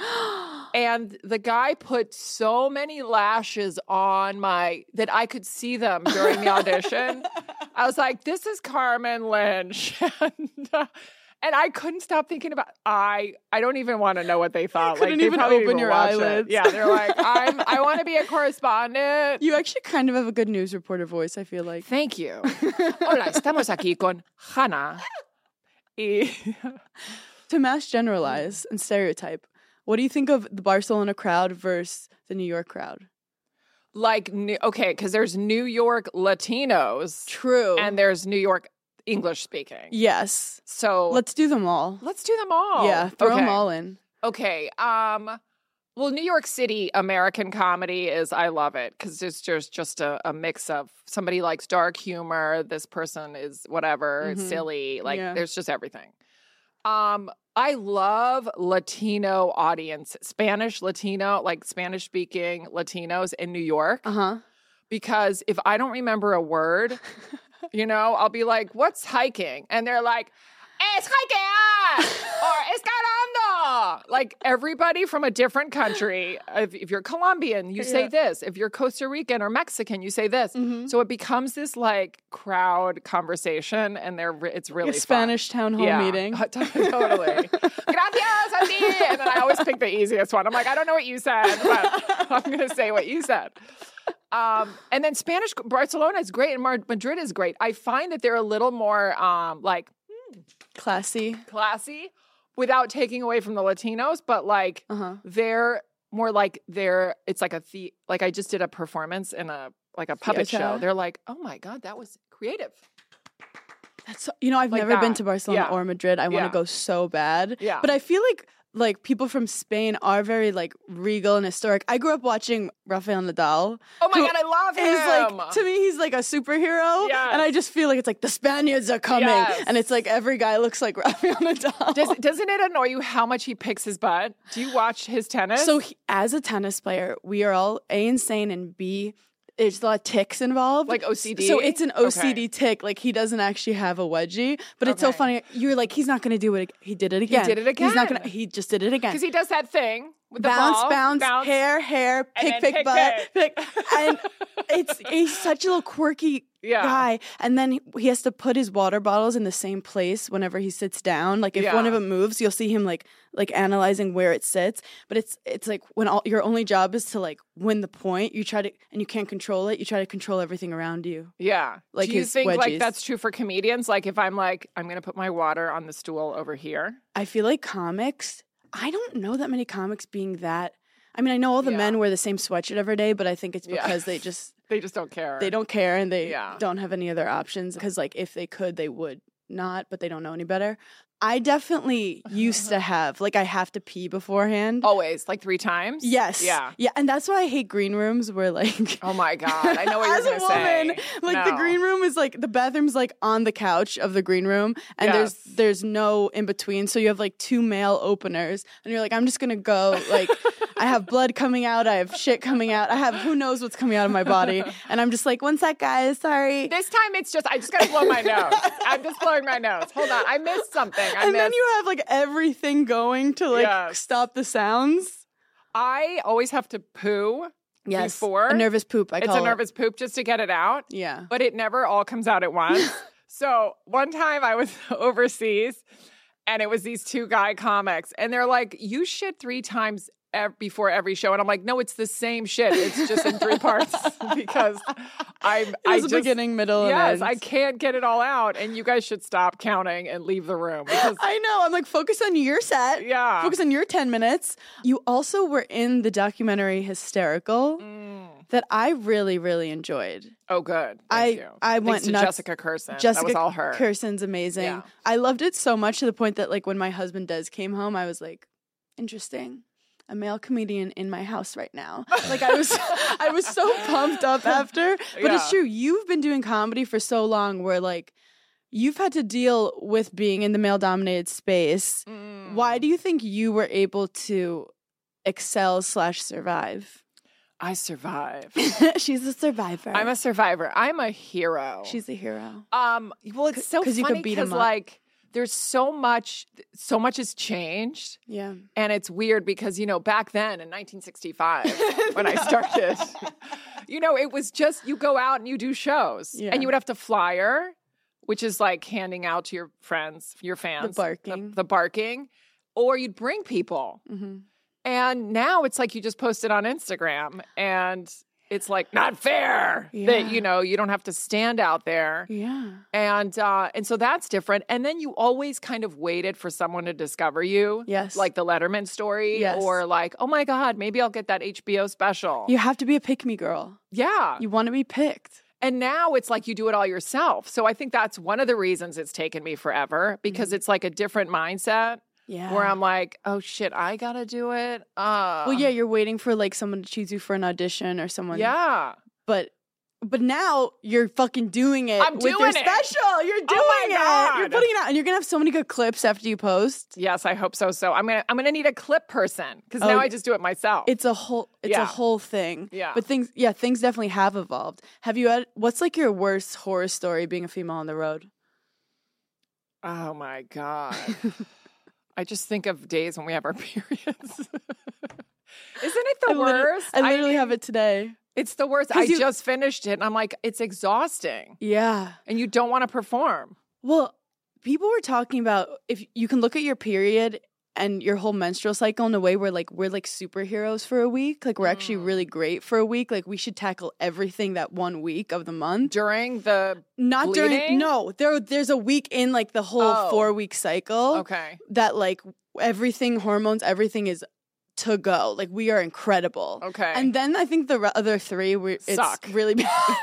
Speaker 3: and the guy put so many lashes on my that I could see them during the audition. I was like, this is Carmen Lynch. and, uh, and I couldn't stop thinking about I I don't even want to know what they thought.
Speaker 4: couldn't
Speaker 3: like they
Speaker 4: even
Speaker 3: probably
Speaker 4: open
Speaker 3: didn't
Speaker 4: your
Speaker 3: watch it.
Speaker 4: eyelids.
Speaker 3: Yeah, they're like, I'm I want to be a correspondent.
Speaker 4: You actually kind of have a good news reporter voice, I feel like.
Speaker 3: Thank you. Hola, estamos aquí con Hannah. E, Y-
Speaker 4: To mass generalize and stereotype, what do you think of the Barcelona crowd versus the New York crowd?
Speaker 3: like New- okay, because there's New York Latinos
Speaker 4: True.
Speaker 3: and there's New York English speaking.
Speaker 4: yes.
Speaker 3: So
Speaker 4: Let's do them all.
Speaker 3: let's do them all.
Speaker 4: yeah, throw them
Speaker 3: Okay.
Speaker 4: all in.
Speaker 3: Okay. Um well, New York City American comedy is I love it because it's just just a, a mix of somebody likes dark humor, this person is whatever,
Speaker 4: Mhm.
Speaker 3: silly, like
Speaker 4: Yeah.
Speaker 3: there's just everything. Um I love Latino audience, Spanish Latino, like Spanish speaking Latinos in New York
Speaker 4: Uh huh.
Speaker 3: because if I don't remember a word, you know, I'll be like, "What's hiking?" and they're like, "Es hiking or escalando." Like everybody from a different country. If, if you're Colombian, you say
Speaker 4: Yeah.
Speaker 3: this. If you're Costa Rican or Mexican, you say this.
Speaker 4: Mhm.
Speaker 3: So it becomes this like crowd conversation, and they're re- it's really
Speaker 4: Like a
Speaker 3: fun.
Speaker 4: Spanish town hall meeting.
Speaker 3: totally. Gracias a ti. And then I always pick the easiest one. I'm like, I don't know what you said, but I'm going to say what you said. Um, and then Spanish Barcelona is great and Mar- Madrid is great. I find that they're a little more um, like
Speaker 4: Classy.
Speaker 3: classy without taking away from the Latinos, but like
Speaker 4: Uh huh.
Speaker 3: they're more like they're it's like a the like I just did a performance in a like a puppet show.
Speaker 4: Theater.
Speaker 3: They're like, oh my god, that was creative.
Speaker 4: That's so- you know I've
Speaker 3: Like
Speaker 4: never been
Speaker 3: that.
Speaker 4: to Barcelona
Speaker 3: Yeah.
Speaker 4: or Madrid. I want to
Speaker 3: Yeah.
Speaker 4: go so bad.
Speaker 3: Yeah.
Speaker 4: But I feel like like people from Spain are very like regal and historic. I grew up watching Rafael Nadal.
Speaker 3: Oh my
Speaker 4: Who
Speaker 3: god, I love
Speaker 4: He's
Speaker 3: him.
Speaker 4: like to me he's like a superhero and I
Speaker 3: Yes.
Speaker 4: just feel like it's like the Spaniards are coming
Speaker 3: Yes.
Speaker 4: and it's like every guy looks like Rafael Nadal.
Speaker 3: Does, doesn't it annoy you how much he picks his butt? Do you watch his tennis?
Speaker 4: so he, as a tennis player, we are all A insane and B there's a lot of ticks involved.
Speaker 3: Like OCD?
Speaker 4: So it's an
Speaker 3: Okay.
Speaker 4: OCD tick. Like he doesn't actually have a wedgie. But it's so
Speaker 3: Okay.
Speaker 4: funny. You're like, he's not going to do it. ag- He did it again.
Speaker 3: did it
Speaker 4: He's not going to.
Speaker 3: again.
Speaker 4: He just did it again.
Speaker 3: Because he does that thing with the
Speaker 4: bounce,
Speaker 3: ball.
Speaker 4: bounce, hair, hair, pick,
Speaker 3: then
Speaker 4: pick,
Speaker 3: pick,
Speaker 4: butt, pick. And it's he's such a little quirky
Speaker 3: Yeah.
Speaker 4: guy. And then he- he has to put his water bottles in the same place whenever he sits down. Like if one of
Speaker 3: Yeah.
Speaker 4: them moves, you'll see him like like analyzing where it sits. But it's it's like when all your only job is to like win the point, you try to and you can't control it. You try to control everything around you.
Speaker 3: Yeah.
Speaker 4: Like
Speaker 3: Do you
Speaker 4: his
Speaker 3: think
Speaker 4: wedgies.
Speaker 3: like that's true for comedians? Like if I'm like, I'm gonna put my water on the stool over here.
Speaker 4: I feel like comics. I don't know that many comics being that. I mean, I know all the
Speaker 3: Yeah.
Speaker 4: men wear the same sweatshirt every day, but I think it's
Speaker 3: Yeah.
Speaker 4: because they just
Speaker 3: They just don't care.
Speaker 4: they don't care and they
Speaker 3: Yeah.
Speaker 4: don't have any other options because like if they could they would not but they don't know any better i definitely used to have like i have to pee beforehand
Speaker 3: always like three times.
Speaker 4: yes
Speaker 3: Oh, Yeah.
Speaker 4: yeah and that's why i hate green rooms where like
Speaker 3: Oh my god! I know what
Speaker 4: As
Speaker 3: you're
Speaker 4: a
Speaker 3: gonna say.
Speaker 4: woman, like the
Speaker 3: No.
Speaker 4: green room is like the bathroom's like on the couch of the green room, and there's
Speaker 3: Yes.
Speaker 4: there's no in between. So you have like two male openers, and you're like, I'm just gonna go. Like, I have blood coming out, I have shit coming out, I have who knows what's coming out of my body, and I'm just like, one sec, guys, sorry.
Speaker 3: This time it's just I just gotta blow my nose. I'm just blowing my nose. Hold on, I missed something. I
Speaker 4: and
Speaker 3: missed.
Speaker 4: then you have like everything going to like
Speaker 3: Yes.
Speaker 4: stop the sounds.
Speaker 3: I always have to poo.
Speaker 4: Yes,
Speaker 3: Before-
Speaker 4: a nervous poop. I
Speaker 3: It's
Speaker 4: call
Speaker 3: a nervous poop just to get it out.
Speaker 4: It. Yeah.
Speaker 3: but it never all comes out at once. so one time I was overseas and it was these two guy comics and they're like, you shit three times ev- before every show. And I'm like, no, it's the same shit. It's just in three parts because I'm,
Speaker 4: It
Speaker 3: I
Speaker 4: was a
Speaker 3: just,
Speaker 4: beginning, middle,
Speaker 3: yes,
Speaker 4: and
Speaker 3: I
Speaker 4: end.
Speaker 3: can't get it all out. And you guys should stop counting and leave the room because
Speaker 4: I know. I'm like, focus on your set.
Speaker 3: Yeah.
Speaker 4: Focus on your 10 minutes. You also were in the documentary Hysterical
Speaker 3: Mm.
Speaker 4: that I really, really enjoyed.
Speaker 3: oh, good. Thank
Speaker 4: I-
Speaker 3: you.
Speaker 4: I
Speaker 3: Thanks
Speaker 4: went
Speaker 3: to
Speaker 4: nuts.
Speaker 3: Jessica Kirsten.
Speaker 4: Jessica
Speaker 3: that was all her.
Speaker 4: Kirsten's amazing.
Speaker 3: Yeah.
Speaker 4: I loved it so much to the point that, like, when my husband Des came home, I was like, interesting. A male comedian in my house right now. Like I was, I was so pumped up after. But it's
Speaker 3: Yeah.
Speaker 4: true. You've been doing comedy for so long, where like you've had to deal with being in the male-dominated space,
Speaker 3: Mm.
Speaker 4: Why do you think you were able to excel slash survive?
Speaker 3: I survived.
Speaker 4: She's a survivor.
Speaker 3: I'm a survivor. I'm a hero.
Speaker 4: She's a hero.
Speaker 3: Um, well, it's so
Speaker 4: 'cause you could
Speaker 3: funny
Speaker 4: beat 'em
Speaker 3: because
Speaker 4: up.
Speaker 3: like there's so much, so much has changed,
Speaker 4: Yeah.
Speaker 3: and it's weird because you know back then in 1965 when I started, you know it was just you go out and you do shows,
Speaker 4: Yeah.
Speaker 3: and you would have to flyer, which is like handing out to your friends, your fans,
Speaker 4: barking.
Speaker 3: the, barking, or you'd bring people,
Speaker 4: hmm
Speaker 3: and now it's like you just post it on Instagram, and it's like not fair that
Speaker 4: Yeah.
Speaker 3: you know you don't have to stand out there
Speaker 4: Yeah.
Speaker 3: and uh, and so that's different. And then you always kind of waited for someone to discover you,
Speaker 4: Yes.
Speaker 3: like the Letterman story,
Speaker 4: Yes.
Speaker 3: or like, oh my god, maybe I'll get that HBO special.
Speaker 4: You have to be a pick me girl.
Speaker 3: yeah.
Speaker 4: You want to be picked.
Speaker 3: and now it's like you do it all yourself. So I think that's one of the reasons it's taken me forever because it's like a different mindset
Speaker 4: Mm-hmm. Yeah.
Speaker 3: where I'm like, oh shit, I gotta do it. Uh,
Speaker 4: well, yeah, you're waiting for like someone to choose you for an audition or someone.
Speaker 3: yeah.
Speaker 4: But but now you're fucking doing it
Speaker 3: I'm
Speaker 4: with your
Speaker 3: doing it. Oh
Speaker 4: special. You're doing
Speaker 3: my
Speaker 4: it. You're
Speaker 3: God.
Speaker 4: putting it out and you're going to have so many good clips after you post.
Speaker 3: Yes, I hope so. So I'm gonna I'm gonna need a clip person because
Speaker 4: Oh,
Speaker 3: now
Speaker 4: y-
Speaker 3: I just do it myself.
Speaker 4: It's a whole it's a
Speaker 3: Yeah.
Speaker 4: whole thing.
Speaker 3: Yeah.
Speaker 4: But things yeah, things definitely have evolved. Have you had what's like your worst horror story being a female on the road?
Speaker 3: Oh my God. I just think of days when we have our periods. Isn't it the
Speaker 4: I literally-
Speaker 3: worst?
Speaker 4: I literally have it today.
Speaker 3: it's the worst.
Speaker 4: 'Cause
Speaker 3: I
Speaker 4: you-
Speaker 3: just finished it and I'm like, it's exhausting
Speaker 4: Yeah.
Speaker 3: and you don't want to perform.
Speaker 4: Well, people were talking about if you can look at your period and your whole menstrual cycle in a way where like we're like superheroes for a week. Like we're actually
Speaker 3: Mm.
Speaker 4: really great for a week. Like we should tackle everything that one week of the month.
Speaker 3: During the.
Speaker 4: Not during
Speaker 3: Bleeding?
Speaker 4: no, there there's a week in like the whole
Speaker 3: Oh.
Speaker 4: four week cycle.
Speaker 3: Okay.
Speaker 4: that like everything hormones everything is to go like we are incredible
Speaker 3: Okay.
Speaker 4: and then i think the re- other three we it's
Speaker 3: Suck.
Speaker 4: really bad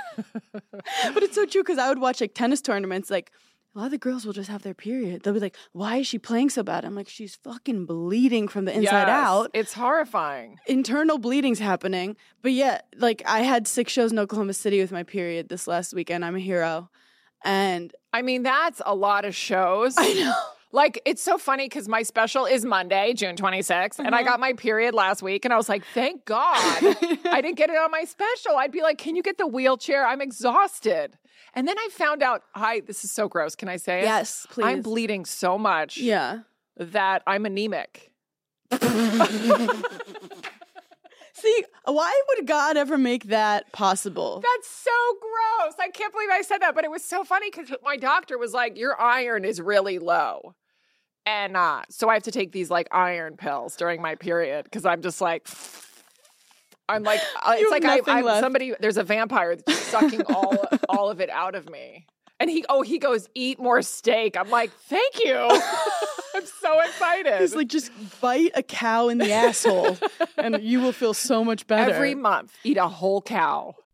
Speaker 4: but it's so true because i would watch like tennis tournaments like a lot of the girls will just have their period they'll be like why is she playing so bad i'm like she's fucking bleeding from the
Speaker 3: Yes.
Speaker 4: inside out
Speaker 3: It's horrifying.
Speaker 4: internal bleeding's happening but yeah like i had six shows in oklahoma city with my period this last weekend i'm a hero and
Speaker 3: I mean, that's a lot of shows.
Speaker 4: i know
Speaker 3: Like it's so funny because my special is Monday, June 26th, and
Speaker 4: Mm-hmm.
Speaker 3: I got my period last week, and I was like, "Thank God, I didn't get it on my special." I'd be like, "Can you get the wheelchair? I'm exhausted." And then I found out, "Hi, this is so gross. Can I say it?
Speaker 4: Yes, please.
Speaker 3: I'm bleeding so much
Speaker 4: Yeah.
Speaker 3: that I'm anemic."
Speaker 4: See, why would God ever make that possible?
Speaker 3: That's so gross. I can't believe I said that, but it was so funny because my doctor was like, "Your iron is really low," and uh, so I have to take these like iron pills during my period because I'm just like, I'm like, uh, it's
Speaker 4: You have
Speaker 3: like I,
Speaker 4: nothing
Speaker 3: I'm
Speaker 4: left.
Speaker 3: somebody. There's a vampire that's just sucking all all of it out of me. And he, oh, he goes, eat more steak. I'm like, thank you. I'm so excited.
Speaker 4: He's like, just bite a cow in the asshole, and you will feel so much better.
Speaker 3: Every month, eat a whole cow.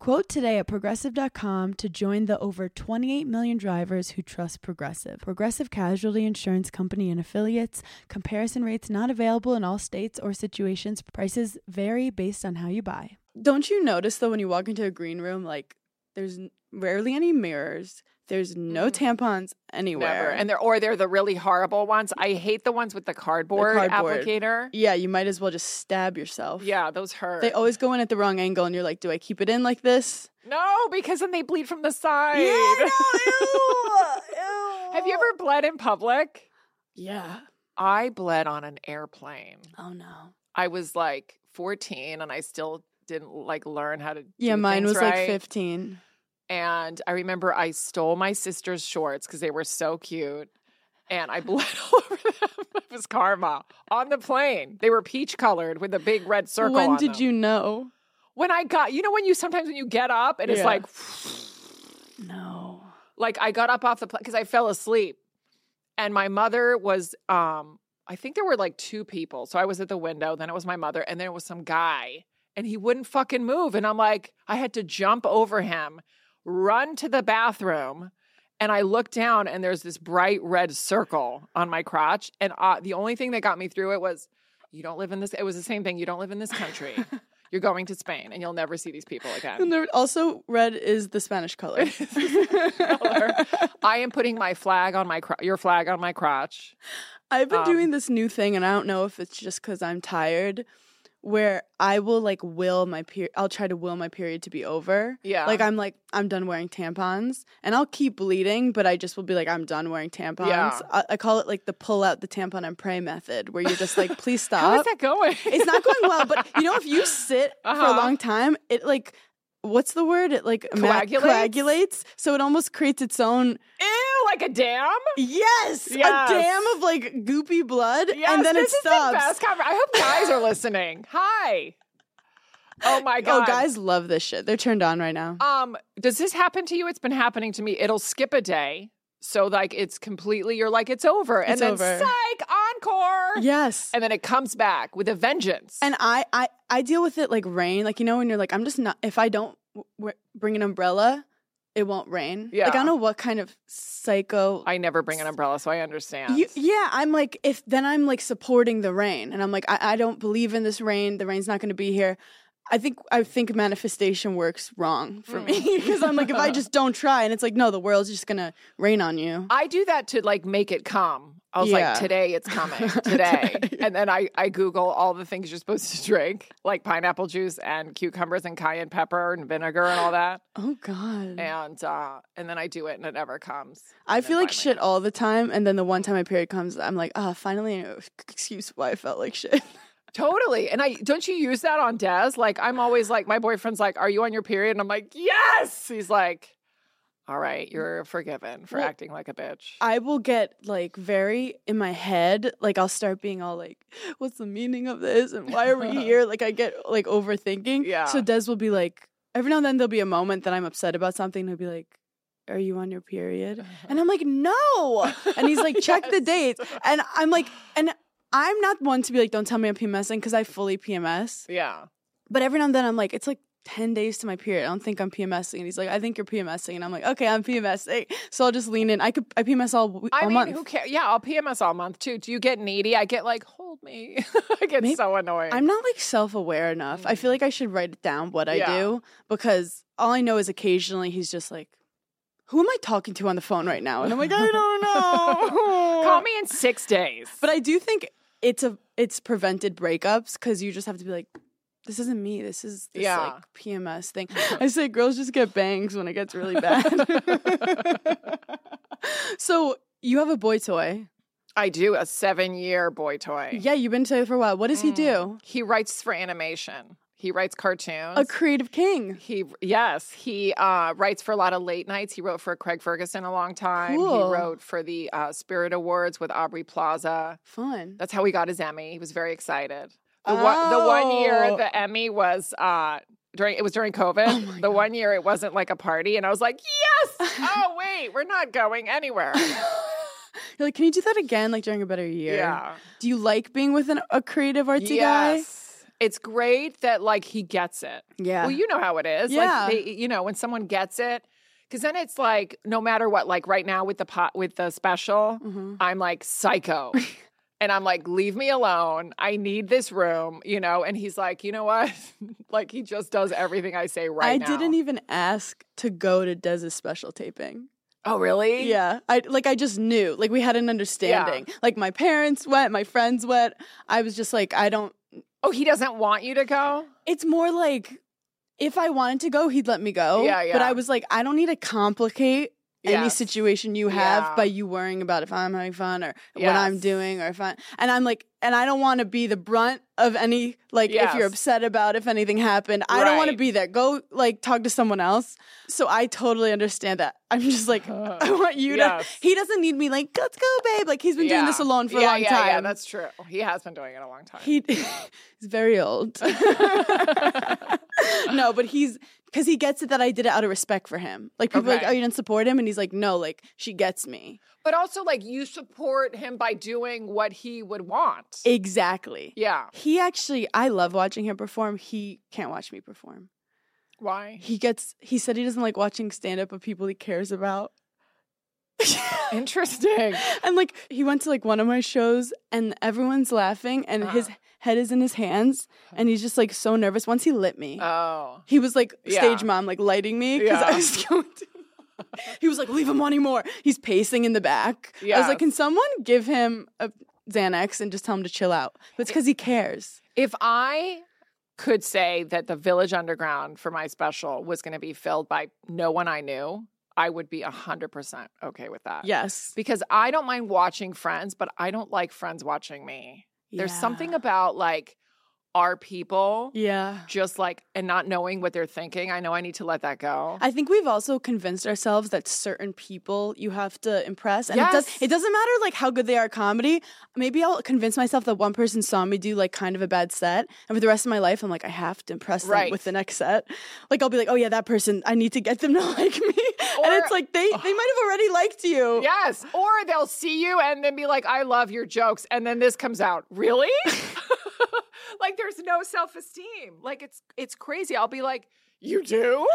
Speaker 1: Quote today at progressive.com to join the over 28 million drivers who trust Progressive. Progressive Casualty Insurance Company and affiliates. Comparison rates not available in all states or situations. Prices vary based on how you buy.
Speaker 4: Don't you notice though when you walk into a green room, like there's n- rarely any mirrors, there's no tampons anywhere,
Speaker 3: Mm-hmm. Never. And they're or they're the really horrible ones. I hate the ones with the cardboard,
Speaker 4: cardboard.
Speaker 3: applicator.
Speaker 4: yeah, you might as well just stab yourself.
Speaker 3: Yeah, those hurt.
Speaker 4: They always go in at the wrong angle, and you're like, do I keep it in like this?
Speaker 3: no, because then they bleed from the side. Have you ever bled in public?
Speaker 4: Yeah.
Speaker 3: I bled on an airplane.
Speaker 4: Oh no.
Speaker 3: I was like 14 and I still didn't like learn how to
Speaker 4: Yeah,
Speaker 3: do
Speaker 4: mine
Speaker 3: things
Speaker 4: was like
Speaker 3: right.
Speaker 4: 15.
Speaker 3: and I remember I stole my sister's shorts because they were so cute, and I bled all over them. It was karma on the plane. They were peach colored with a big red circle.
Speaker 4: when
Speaker 3: on
Speaker 4: did
Speaker 3: them.
Speaker 4: you know?
Speaker 3: When I got, you know, when you sometimes when you get up and it's
Speaker 4: Yeah.
Speaker 3: like,
Speaker 4: No.
Speaker 3: like I got up off the plane because I fell asleep, and my mother was, um, I think there were like two people. So I was at the window, then it was my mother, and then it was some guy, and he wouldn't fucking move, and I'm like, I had to jump over him, run to the bathroom. And I looked down, and there's this bright red circle on my crotch. And uh, the only thing that got me through it was, you don't live in this. It was the same thing. You don't live in this country. You're going to Spain, and you'll never see these people again.
Speaker 4: And there, also, red is the Spanish color.
Speaker 3: color. I am putting my flag on my cro- your flag on my crotch.
Speaker 4: I've been
Speaker 3: Um,
Speaker 4: doing this new thing, and I don't know if it's just because I'm tired, where I will like will my period. I'll try to will my period to be over.
Speaker 3: Yeah.
Speaker 4: Like I'm like I'm done wearing tampons, and I'll keep bleeding, but I just will be like I'm done wearing tampons.
Speaker 3: Yeah.
Speaker 4: I, I call it like the pull out the tampon and pray method, where you're just like, please stop.
Speaker 3: How is that going?
Speaker 4: It's not going well, but you know if you sit for a
Speaker 3: Uh-huh.
Speaker 4: long time, it like. What's the word? It like ma-
Speaker 3: Coagulates?
Speaker 4: coagulates. So it almost creates its own
Speaker 3: Ew, like a dam.
Speaker 4: Yes,
Speaker 3: Yes.
Speaker 4: a dam of like goopy blood,
Speaker 3: Yes,
Speaker 4: and then it
Speaker 3: this is the
Speaker 4: stops.
Speaker 3: best conver- I hope guys are listening. Hi. Oh my god.
Speaker 4: Oh, guys love this shit. They're turned on right now.
Speaker 3: Um, does this happen to you? It's been happening to me. It'll skip a day, so like it's completely. You're like it's over, and
Speaker 4: It's
Speaker 3: then
Speaker 4: over.
Speaker 3: psych encore,
Speaker 4: yes, and,
Speaker 3: and then it comes back with a vengeance.
Speaker 4: I, I, I deal with it like rain. Like you know when you're like, I'm just not. If I don't w- w- bring an umbrella, it won't rain.
Speaker 3: Yeah.
Speaker 4: Like I don't know what kind of psycho.
Speaker 3: I never bring an umbrella, so I understand.
Speaker 4: You- yeah, I'm like if then I'm like supporting the rain, and I'm like I, I don't believe in this rain. The rain's not going to be here. I think I think manifestation works wrong for me because I'm like if I just don't try, and it's like no, the world's just going to rain on you.
Speaker 3: I do that to like make it come. I was
Speaker 4: Yeah.
Speaker 3: like, today it's coming, today. and then I, I Google all the things you're supposed to drink, like pineapple juice and cucumbers and cayenne pepper and vinegar and all that.
Speaker 4: Oh God.
Speaker 3: And uh, and then I do it and it never comes.
Speaker 4: I
Speaker 3: And
Speaker 4: feel
Speaker 3: then
Speaker 4: like
Speaker 3: finally-
Speaker 4: shit all the time, and then the one time my period comes, I'm like, ah, finally an excuse why I felt like shit.
Speaker 3: Totally. And I don't you use that on Des? Like I'm always like my boyfriend's like, Are you on your period? And I'm like, Yes. He's like, All right, you're forgiven for
Speaker 4: Well,
Speaker 3: acting like a bitch.
Speaker 4: I will get like very in my head, like I'll start being all like, what's the meaning of this and why are we here? Like I get like overthinking.
Speaker 3: Yeah.
Speaker 4: So Des will be like, every now and then there'll be a moment that I'm upset about something. and He'll be like, are you on your period? And I'm like, no. And he's like, check the date. And I'm like, and I'm not one to be like, don't tell me I'm PMSing because I fully PMS.
Speaker 3: yeah.
Speaker 4: But every now and then I'm like, it's like 10 days to my period. I don't think I'm PMSing. And he's like, I think you're PMSing. And I'm like, okay, I'm PMSing. So I'll just lean in. I could, I PMS all, w- all
Speaker 3: I mean,
Speaker 4: month.
Speaker 3: who cares? Yeah, I'll PMS all month too. Do you get needy? I get like, hold me. I get
Speaker 4: Maybe-
Speaker 3: so annoyed.
Speaker 4: I'm not like self aware enough. I feel like I should write down what I
Speaker 3: Yeah.
Speaker 4: do because all I know is occasionally he's just like, who am I talking to on the phone right now? And I'm like, I don't know.
Speaker 3: Call me in six days.
Speaker 4: But I do think it's a it's prevented breakups because you just have to be like, this isn't me. This is this
Speaker 3: Yeah.
Speaker 4: like PMS thing. I say girls just get bangs when it gets really bad. so you have a boy toy.
Speaker 3: I do a seven year boy toy.
Speaker 4: Yeah, you've been together for a while. What does he do?
Speaker 3: He writes for animation. He writes cartoons.
Speaker 4: A creative king.
Speaker 3: he yes, he uh, writes for a lot of late nights. He wrote for Craig Ferguson a long time.
Speaker 4: Cool.
Speaker 3: He wrote for the uh, Spirit Awards with Aubrey Plaza.
Speaker 4: Fun.
Speaker 3: That's how he got his Emmy. He was very excited. The, one, the one year
Speaker 4: Oh.
Speaker 3: the Emmy was uh, during it was during COVID. the one year it wasn't like a party, and I was like, yes. oh wait, we're not going anywhere.
Speaker 4: You're like, can you do that again, like during a better year?
Speaker 3: yeah.
Speaker 4: Do you like being with an, a creative artsy
Speaker 3: yes. It's great that like he gets it.
Speaker 4: guy? Yeah.
Speaker 3: Well, you know how it is.
Speaker 4: Yeah.
Speaker 3: Like they, you know, when someone gets it, because then it's like no matter what. Like right now with the pot with the special,
Speaker 4: Mhm.
Speaker 3: I'm like psycho, and I'm like, leave me alone. I need this room, you know. And he's like, you know what? like he just does everything I say right
Speaker 4: I
Speaker 3: now.
Speaker 4: didn't e- even ask to go to Dez's special taping.
Speaker 3: Oh really?
Speaker 4: Yeah, I like I just knew. Like we had an understanding. Like my parents went, my friends went. I was just like, I don't.
Speaker 3: Oh, he doesn't want you to go.
Speaker 4: It's more like if I wanted to go, he'd let me go.
Speaker 3: Yeah,
Speaker 4: But
Speaker 3: yeah.
Speaker 4: I was like, I don't need to complicate any
Speaker 3: Yes.
Speaker 4: situation you have
Speaker 3: Yeah.
Speaker 4: by you worrying about if I'm having fun or what
Speaker 3: Yes.
Speaker 4: I'm doing or if I. And I'm like, and I don't want to be the brunt of any. Like if you're
Speaker 3: Yes.
Speaker 4: upset about if anything happened, I don't want to
Speaker 3: Right.
Speaker 4: be there. Go like talk to someone else. So I totally understand that. I'm just like, I want you to.
Speaker 3: Yes.
Speaker 4: He doesn't need me. Like, let's go, babe. Like he's been doing this
Speaker 3: Yeah.
Speaker 4: alone for
Speaker 3: Yeah,
Speaker 4: a long
Speaker 3: yeah,
Speaker 4: time.
Speaker 3: Yeah, that's true. He has been doing it a long time.
Speaker 4: he. he's very old. no, but he's because he gets it that I did it out of respect for him. Like people are like,
Speaker 3: Okay.
Speaker 4: oh, you didn't support him, and he's like, no, like she gets me
Speaker 3: but also, like you support him by doing what he would want.
Speaker 4: exactly.
Speaker 3: yeah.
Speaker 4: He actually, I love watching him perform. He can't watch me perform.
Speaker 3: Why?
Speaker 4: He gets. He said he doesn't like watching stand up of people he cares about.
Speaker 3: Interesting.
Speaker 4: And like he went to like one of my shows and everyone's laughing and
Speaker 3: Uh-huh.
Speaker 4: his head is in his hands and he's just like so nervous. Once he lit me,
Speaker 3: Oh.
Speaker 4: he was like
Speaker 3: yeah.
Speaker 4: stage mom, like lighting me because I
Speaker 3: Yeah.
Speaker 4: was going to. He was like, leave him wanting more. He's pacing in the back. I was
Speaker 3: Yes.
Speaker 4: like, can someone give him a Xanax and just tell him to chill out? But it's because he cares.
Speaker 3: If I could say that the Village Underground for my special was going to be filled by no one I knew, I would be 100% okay with that.
Speaker 4: Yes.
Speaker 3: Because I don't mind watching friends, but I don't like friends watching me. There's something about like our people
Speaker 4: Yeah.
Speaker 3: just like and not knowing what they're thinking. I know I need to let that go.
Speaker 4: I think we've also convinced ourselves that certain people you have to impress, and it does.
Speaker 3: Yes.
Speaker 4: It doesn't matter like how good they are at comedy. Maybe I'll convince myself that one person saw me do like kind of a bad set, and for the rest of my life, I'm like I have to impress them
Speaker 3: Right.
Speaker 4: with the next set. Like I'll be like, oh yeah, that person. I need to get them to like me, and
Speaker 3: Or-
Speaker 4: it's like they they might have already liked you.
Speaker 3: yes. Or they'll see you and then be like, I love your jokes. And then this comes out. Really? like there's no self-esteem. Like it's it's crazy. I'll be like, you do?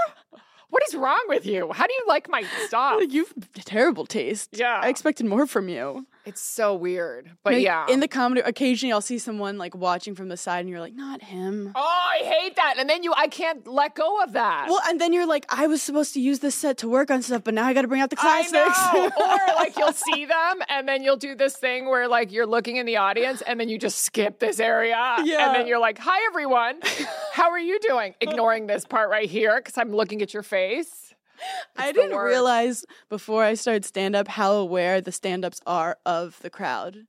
Speaker 3: What is wrong with you? How do you like my stuff?
Speaker 4: Like, you've terrible taste.
Speaker 3: Yeah.
Speaker 4: I expected more from you.
Speaker 3: It's so weird. But
Speaker 4: Like,
Speaker 3: yeah.
Speaker 4: in the comedy, occasionally I'll see someone like watching from the side, and you're like, not him.
Speaker 3: oh, I hate that. And then you I can't let go of that.
Speaker 4: Well, and then you're like, I was supposed to use this set to work on stuff, but now I got to bring out the
Speaker 3: I
Speaker 4: classics.
Speaker 3: know. Oh, or like you'll see them and then you'll do this thing where like you're looking in the audience and then you just skip this area.
Speaker 4: Yeah.
Speaker 3: And then you're like, hi everyone. How are you doing? Ignoring this part right here because I'm looking at your face.
Speaker 4: I
Speaker 3: the
Speaker 4: didn't
Speaker 3: worst.
Speaker 4: realize before I started stand up how aware the stand ups are of the crowd.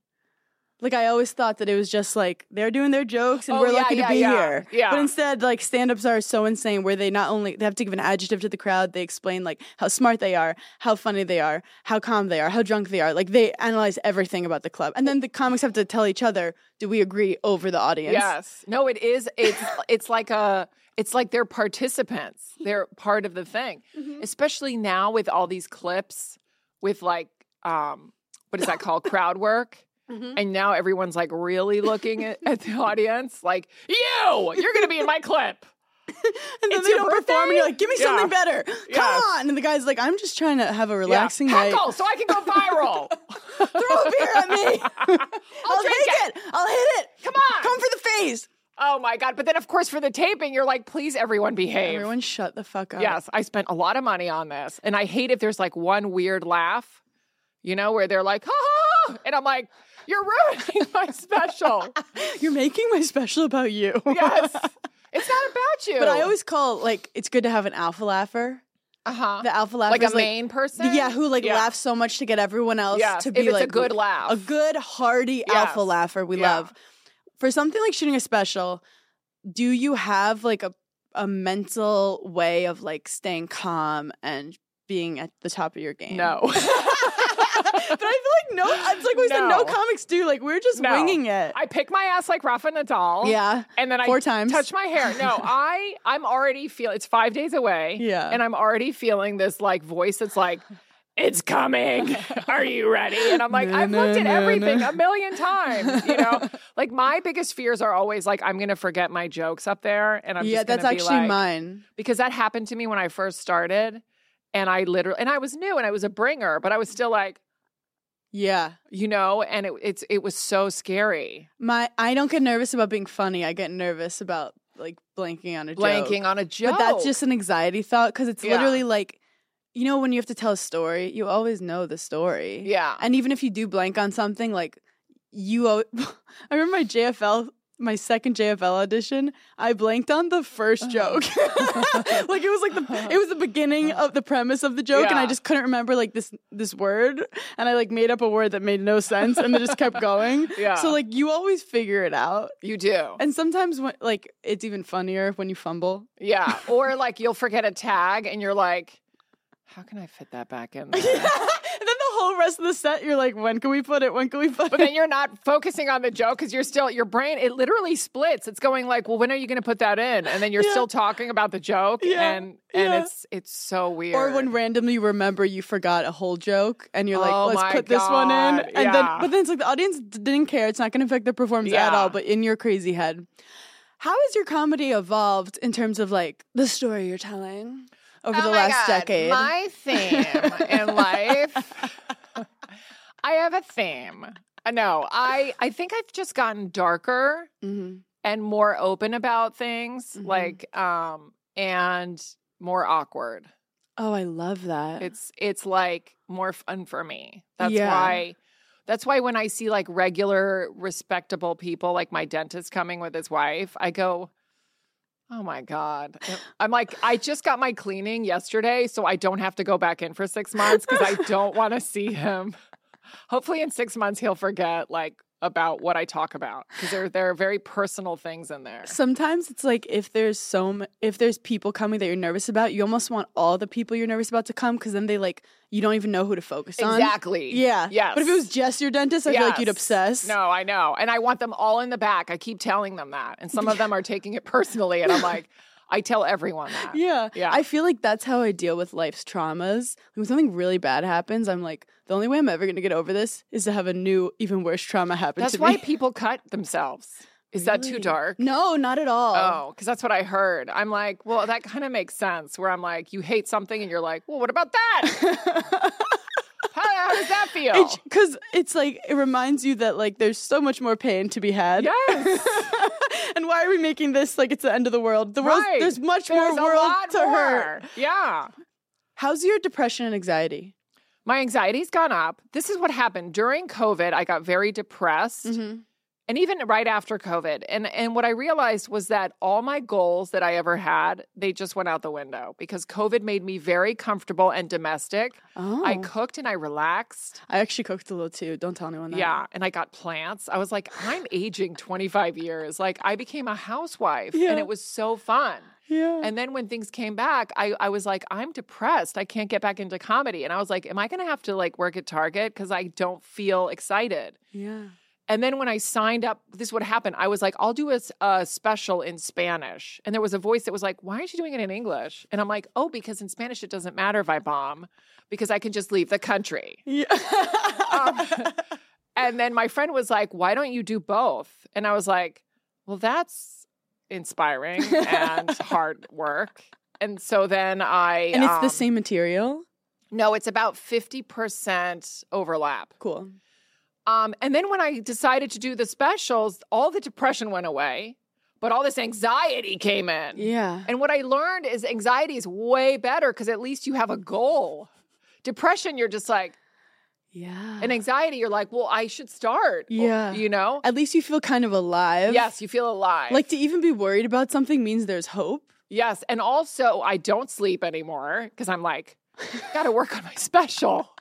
Speaker 4: Like I always thought that it was just like they're doing their jokes and
Speaker 3: Oh,
Speaker 4: we're
Speaker 3: yeah,
Speaker 4: lucky to
Speaker 3: yeah,
Speaker 4: be
Speaker 3: yeah.
Speaker 4: here.
Speaker 3: Yeah.
Speaker 4: But instead, like stand ups are so insane where they not only they have to give an adjective to the crowd, they explain like how smart they are, how funny they are, how calm they are, how drunk they are. Like they analyze everything about the club. And then the comics have to tell each other, do we agree over the audience?
Speaker 3: Yes. No, it is. It's it's like a it's like they're participants. They're part of the thing. Especially now with all these clips with like um what is that called? Crowd work. And now everyone's like really looking at, at the audience like, you, you're gonna be in my clip.
Speaker 4: and then
Speaker 3: It's
Speaker 4: they
Speaker 3: your
Speaker 4: don't perform, and you're
Speaker 3: birthday?
Speaker 4: like, "Give me
Speaker 3: Yeah.
Speaker 4: something better, come
Speaker 3: Yeah.
Speaker 4: on!" And the guy's like, "I'm just trying to have a
Speaker 3: Yeah.
Speaker 4: relaxing night.
Speaker 3: Heckle, so I can go viral.
Speaker 4: Throw a beer at me. I'll,
Speaker 3: drink
Speaker 4: take it. I'll hit it.
Speaker 3: Come on.
Speaker 4: come for the face."
Speaker 3: oh my god! But then, of course, for the taping, you're like, please, everyone, behave.
Speaker 4: Everyone, shut the fuck up.
Speaker 3: Yes, I spent a lot of money on this, and I hate if there's like one weird laugh, you know, where they're like, ha ha, ha," and I'm like, you're ruining my special.
Speaker 4: You're making my special about you.
Speaker 3: yes, it's not about you.
Speaker 4: But I always call like it's good to have an alpha laugher.
Speaker 3: uh huh,
Speaker 4: The alpha laugher
Speaker 3: like a main person.
Speaker 4: Yeah, who like
Speaker 3: Yeah.
Speaker 4: laughs so much to get everyone else
Speaker 3: Yes,
Speaker 4: to
Speaker 3: if
Speaker 4: be
Speaker 3: it's a
Speaker 4: like
Speaker 3: good laugh.
Speaker 4: a good hearty
Speaker 3: Yes.
Speaker 4: alpha laugher. We
Speaker 3: Yeah.
Speaker 4: love for something like shooting a special. Do you have like a a mental way of like staying calm and being at the top of your game?
Speaker 3: No.
Speaker 4: but I feel like no. It's like we said, no
Speaker 3: No.
Speaker 4: comics do. Like we're just
Speaker 3: No.
Speaker 4: winging it.
Speaker 3: I pick my ass like Rafa Nadal.
Speaker 4: yeah,
Speaker 3: And then I
Speaker 4: four times.
Speaker 3: touch my hair. No, I I'm already feel it's five days away.
Speaker 4: Yeah.
Speaker 3: And I'm already feeling this like voice that's like, it's coming. Are you ready? And I'm like,
Speaker 4: Na,
Speaker 3: I've
Speaker 4: na,
Speaker 3: looked at
Speaker 4: na,
Speaker 3: everything
Speaker 4: na.
Speaker 3: a million times. You know? like my biggest fears are always like, I'm gonna forget my jokes up there. And I'm
Speaker 4: yeah,
Speaker 3: just gonna
Speaker 4: that's
Speaker 3: be
Speaker 4: actually
Speaker 3: like-
Speaker 4: mine.
Speaker 3: because that happened to me when I first started. And I literally and I was new and I was a bringer, but I was still like,
Speaker 4: Yeah.
Speaker 3: you know, and it, it's it was so scary.
Speaker 4: My I don't get nervous about being funny. I get nervous about like blanking on a joke.
Speaker 3: Blanking on a joke.
Speaker 4: But that's just an anxiety thought because it's
Speaker 3: Yeah.
Speaker 4: literally like, you know, when you have to tell a story, you always know the story.
Speaker 3: yeah.
Speaker 4: And even if you do blank on something, like you, al- I remember my JFL, my second JFL audition, I blanked on the
Speaker 3: Uh-huh.
Speaker 4: first joke. like it was like the it was the beginning of the premise of the joke, and I
Speaker 3: Yeah.
Speaker 4: just couldn't remember like this this word, and I like made up a word that made no sense, and it just kept going.
Speaker 3: Yeah.
Speaker 4: So like you always figure it out.
Speaker 3: You do.
Speaker 4: And sometimes when like it's even funnier when you fumble.
Speaker 3: Yeah. Or like you'll forget a tag and you're like, how can I fit that back in there?
Speaker 4: And then the whole rest of the set, you're like, when can we put it? When can we put
Speaker 3: But
Speaker 4: it?
Speaker 3: then you're not focusing on the joke because you're still, your brain, it literally splits. It's going like, well, when are you going to put that in? And then you're
Speaker 4: Yeah.
Speaker 3: still talking about the joke.
Speaker 4: Yeah.
Speaker 3: And, and
Speaker 4: Yeah.
Speaker 3: it's, it's so weird.
Speaker 4: Or when randomly you remember you forgot a whole joke and you're like,
Speaker 3: Oh
Speaker 4: let's
Speaker 3: my
Speaker 4: put this one in.
Speaker 3: God,
Speaker 4: And then,
Speaker 3: yeah.
Speaker 4: but then it's like the audience d- didn't care. It's not going to affect the performance at
Speaker 3: Yeah.
Speaker 4: all, but in your crazy head. How has your comedy evolved in terms of like the story you're telling over the last decade?
Speaker 3: Oh My theme in life. I have a theme. Uh, No, I, I think I've just gotten darker.
Speaker 4: Mhm.
Speaker 3: and more open about things
Speaker 4: Mhm.
Speaker 3: like um and more awkward
Speaker 4: Oh, I love that.
Speaker 3: it's it's like more fun for me that's
Speaker 4: Yeah.
Speaker 3: why that's why when i see like regular respectable people like my dentist coming with his wife i go oh my god i'm like i just got my cleaning yesterday so i don't have to go back in for six months because i don't want to see him hopefully in six months he'll forget like about what i talk about because there, there are very personal things in there
Speaker 4: Sometimes it's like if there's so m- if there's people coming that you're nervous about, you almost want all the people you're nervous about to come because then they like you don't even know who to focus on.
Speaker 3: Exactly.
Speaker 4: Yeah.
Speaker 3: Yes.
Speaker 4: But if it was just your dentist, I feel like you'd
Speaker 3: Yes.
Speaker 4: obsess.
Speaker 3: No, I know. And I want them all in the back. I keep telling them that. And some of them are taking it personally. And I'm like, I tell everyone that.
Speaker 4: Yeah.
Speaker 3: Yeah.
Speaker 4: I feel like that's how I deal with life's traumas. Like, when something really bad happens, I'm like, the only way I'm ever going to get over this is to have a new, even worse trauma happen
Speaker 3: That's
Speaker 4: to
Speaker 3: why
Speaker 4: me.
Speaker 3: people cut themselves. Is that too
Speaker 4: Really?
Speaker 3: dark?
Speaker 4: No, not at all.
Speaker 3: Oh, because that's what I heard. I'm like, well, that kind of makes sense. Where I'm like, you hate something, and you're like, well, what about that? how, how does that feel?
Speaker 4: Because it's like, it reminds you that, like, there's so much more pain to be had.
Speaker 3: yes,
Speaker 4: and why are we making this like it's the end of the world? The world,
Speaker 3: right.
Speaker 4: there's much
Speaker 3: There's a
Speaker 4: more world
Speaker 3: lot
Speaker 4: to
Speaker 3: more.
Speaker 4: hurt.
Speaker 3: Yeah.
Speaker 4: How's your depression and anxiety?
Speaker 3: My anxiety's gone up. This is what happened during COVID. I got very depressed,
Speaker 4: Mm-hmm.
Speaker 3: and even right after COVID. And and what I realized was that all my goals that I ever had, they just went out the window because COVID made me very comfortable and domestic.
Speaker 4: Oh,
Speaker 3: I
Speaker 4: I,
Speaker 3: cooked and I relaxed.
Speaker 4: actually cooked a little too. Don't tell anyone that.
Speaker 3: Yeah, and I got plants. I was like, I'm aging 25 years. Like I became a housewife,
Speaker 4: Yeah.
Speaker 3: and it was so fun.
Speaker 4: yeah.
Speaker 3: And then when things came back, I, I was like, I'm depressed. I can't get back into comedy. And I was like, am I going to have to like work at Target? Because I don't feel excited.
Speaker 4: yeah.
Speaker 3: And then when I signed up, this would happen. I was like, I'll do a, s- a special in Spanish. And there was a voice that was like, why aren't you doing it in English? And I'm like, oh, because in Spanish, it doesn't matter if I bomb because I can just leave the country.
Speaker 4: Yeah.
Speaker 3: And then my friend was like, why don't you do both? And I was like, well, that's inspiring and hard work. And so then I
Speaker 4: And it's
Speaker 3: um,
Speaker 4: the same material.
Speaker 3: No, it's about 50% overlap.
Speaker 4: Cool.
Speaker 3: Um, and then when I decided to do the specials, all the depression went away, but all this anxiety came in.
Speaker 4: Yeah.
Speaker 3: And what I learned is anxiety is way better because at least you have a goal. Depression, you're just like,
Speaker 4: Yeah.
Speaker 3: and anxiety, you're like, well, I should start. Well,
Speaker 4: Yeah.
Speaker 3: You know?
Speaker 4: At least you feel kind of alive.
Speaker 3: Yes, you feel alive.
Speaker 4: Like to even be worried about something means there's hope.
Speaker 3: yes. And also, I don't sleep anymore because I'm like, gotta work on my special.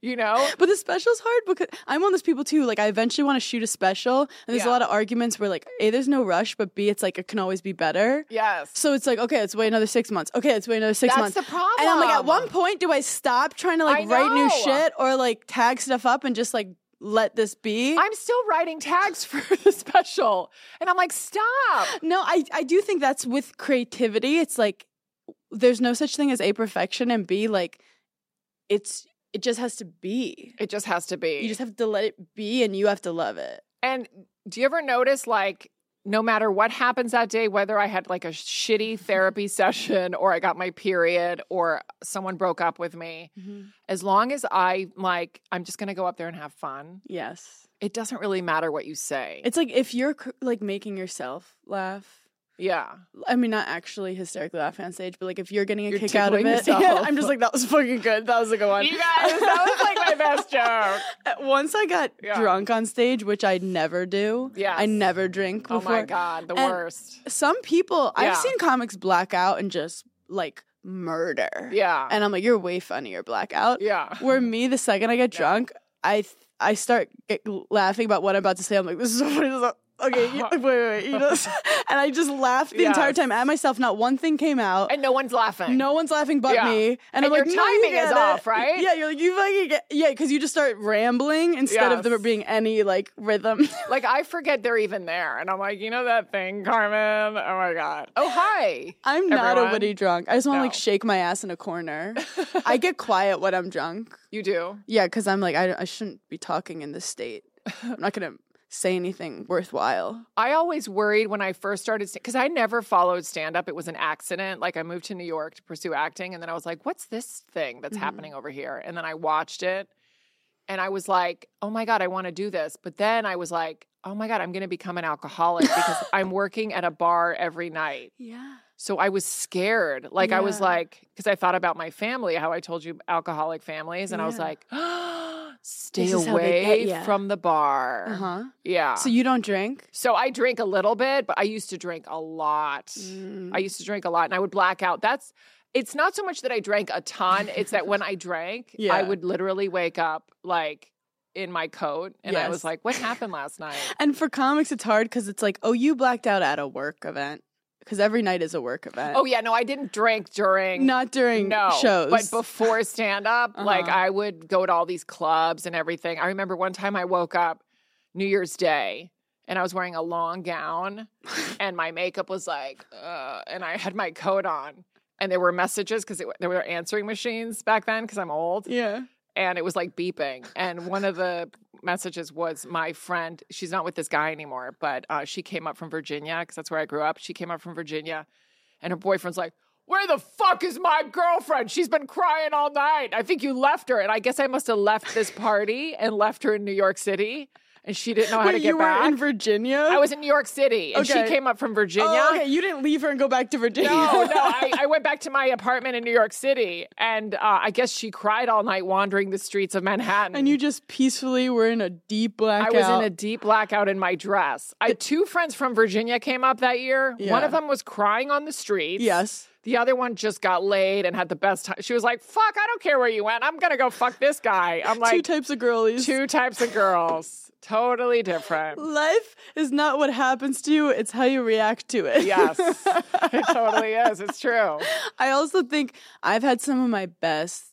Speaker 3: You know?
Speaker 4: But the special's hard because I'm one of those people too. Like I eventually want to shoot a special, and there's a
Speaker 3: Yeah.
Speaker 4: lot of arguments where like a there's no rush, but b it's like it can always be better.
Speaker 3: Yes.
Speaker 4: So it's like okay, let's wait another six months. Okay, let's wait another six
Speaker 3: That's
Speaker 4: months.
Speaker 3: the problem.
Speaker 4: And I'm like, at one point, do I stop trying to like
Speaker 3: I
Speaker 4: write new
Speaker 3: know.
Speaker 4: shit or like tag stuff up and just like let this be?
Speaker 3: I'm still writing tags for the special. And I'm like, stop.
Speaker 4: no, I I do think that's with creativity. It's like there's no such thing as a perfection and b like it's it just has to be.
Speaker 3: It just has to be.
Speaker 4: You just have to let it be, and you have to love it.
Speaker 3: and do you ever notice, like, no matter what happens that day, whether I had like a shitty therapy session or I got my period or someone broke up with me,
Speaker 4: Mm-hmm.
Speaker 3: as long as I like, I'm just going to go up there and have fun,
Speaker 4: Yes.
Speaker 3: it doesn't really matter what you say.
Speaker 4: It's like if you're cr- like making yourself laugh.
Speaker 3: yeah.
Speaker 4: I mean, not actually hysterically laughing on stage, but like if you're getting a
Speaker 3: You're
Speaker 4: kick out of it,
Speaker 3: tickling
Speaker 4: yeah,
Speaker 3: yourself.
Speaker 4: I'm just like that was fucking good. That was a good one. Uh,
Speaker 3: You guys, that was like my best joke.
Speaker 4: Once I got
Speaker 3: Yeah.
Speaker 4: drunk on stage, which I never do.
Speaker 3: Yes.
Speaker 4: I never drink. Before.
Speaker 3: Oh my God, the
Speaker 4: And-
Speaker 3: worst.
Speaker 4: Some people I've
Speaker 3: Yeah.
Speaker 4: seen comics black out and just like murder.
Speaker 3: Yeah.
Speaker 4: And I'm like, you're way funnier blackout.
Speaker 3: yeah.
Speaker 4: Where me, the second I get drunk, I th- I start get laughing about what I'm about to say. I'm like, this is so funny. This is so- okay, you, wait, wait, wait. You know, and I just laughed the entire
Speaker 3: Yes.
Speaker 4: time at myself. Not one thing came out.
Speaker 3: And no one's laughing.
Speaker 4: no one's laughing but
Speaker 3: Yeah.
Speaker 4: me, and,
Speaker 3: And
Speaker 4: I'm
Speaker 3: your
Speaker 4: like, no, you
Speaker 3: timing is
Speaker 4: get it.
Speaker 3: off, right?
Speaker 4: Yeah, you're like, you fucking get, yeah, because you just start rambling instead of there
Speaker 3: Yes.
Speaker 4: being any like rhythm.
Speaker 3: Like I forget they're even there, and I'm like, you know that thing, Carmen? Oh my god! Oh hi!
Speaker 4: I'm not a
Speaker 3: everyone.
Speaker 4: witty drunk. I just want to like
Speaker 3: No.
Speaker 4: shake my ass in a corner. I get quiet when I'm drunk.
Speaker 3: You do.
Speaker 4: Yeah, because I'm like, I, I shouldn't be talking in this state. I'm not going to say anything worthwhile.
Speaker 3: I always worried when I first started because I never followed stand up. It was an accident. Like I moved to New York to pursue acting, and then I was like, what's this thing that's
Speaker 4: Mhm.
Speaker 3: happening over here? And then I watched it, and I was like, oh my god, I want to do this. But then I was like, oh my god, I'm going to become an alcoholic because I'm working at a bar every night.
Speaker 4: Yeah.
Speaker 3: So I was scared. Like I was
Speaker 4: Yeah.
Speaker 3: like, because I thought about my family, how I told you alcoholic families, and I was
Speaker 4: Yeah.
Speaker 3: like, stay
Speaker 4: is how they get
Speaker 3: away
Speaker 4: ya."
Speaker 3: from the bar.
Speaker 4: Uh huh.
Speaker 3: Yeah.
Speaker 4: So
Speaker 3: So,
Speaker 4: you don't drink?
Speaker 3: I drink a little bit, but I used to drink a lot.
Speaker 4: Mm.
Speaker 3: I used to drink a lot, and I would black out. That's. It's not so much that I drank a ton. It's that when I drank,
Speaker 4: Yeah.
Speaker 3: I would literally wake up like in my coat, and I
Speaker 4: Yes.
Speaker 3: was like, "What happened last night?"
Speaker 4: And for comics, it's hard because it's like, oh, you blacked out at a work event because every night is a work event.
Speaker 3: Oh yeah, no, I didn't drink during
Speaker 4: not during
Speaker 3: no,
Speaker 4: shows.
Speaker 3: But before stand up, like
Speaker 4: Uh-huh.
Speaker 3: I would go to all these clubs and everything. I remember one time I woke up New Year's Day and I was wearing a long gown and my makeup was like, uh, and I had my coat on. And there were messages because there were answering machines back then because I'm old
Speaker 4: yeah.
Speaker 3: and it was like beeping. And one of the messages was my friend, she's not with this guy anymore, but uh, she came up from Virginia because that's where I grew up. She came up from Virginia, and her boyfriend's like, Where the fuck is my girlfriend? She's been crying all night. I think you left her. And I guess I must have left this party and left her in New York City, and she didn't know how to
Speaker 4: Wait,
Speaker 3: get
Speaker 4: you were
Speaker 3: back.
Speaker 4: in Virginia?
Speaker 3: I was in New York City, and
Speaker 4: Okay.
Speaker 3: she came up from Virginia.
Speaker 4: Oh, okay. You didn't leave her and go back to Virginia.
Speaker 3: No, no. I, I went back to my apartment in New York City, and uh, I guess she cried all night wandering the streets of Manhattan.
Speaker 4: and you just peacefully were in a deep
Speaker 3: I
Speaker 4: blackout.
Speaker 3: was in a deep blackout in my dress. I two friends from Virginia came up that year. One
Speaker 4: Yeah.
Speaker 3: of them was crying on the streets.
Speaker 4: yes.
Speaker 3: The other one just got laid and had the best time. She was like, "Fuck, I don't care where you went. I'm gonna go fuck this guy." I'm
Speaker 4: two
Speaker 3: like,
Speaker 4: types of girlies.
Speaker 3: two types of girls, totally different.
Speaker 4: Life is not what happens to you, it's how you react to it.
Speaker 3: Yes, it totally is. It's true.
Speaker 4: I also think I've had some of my best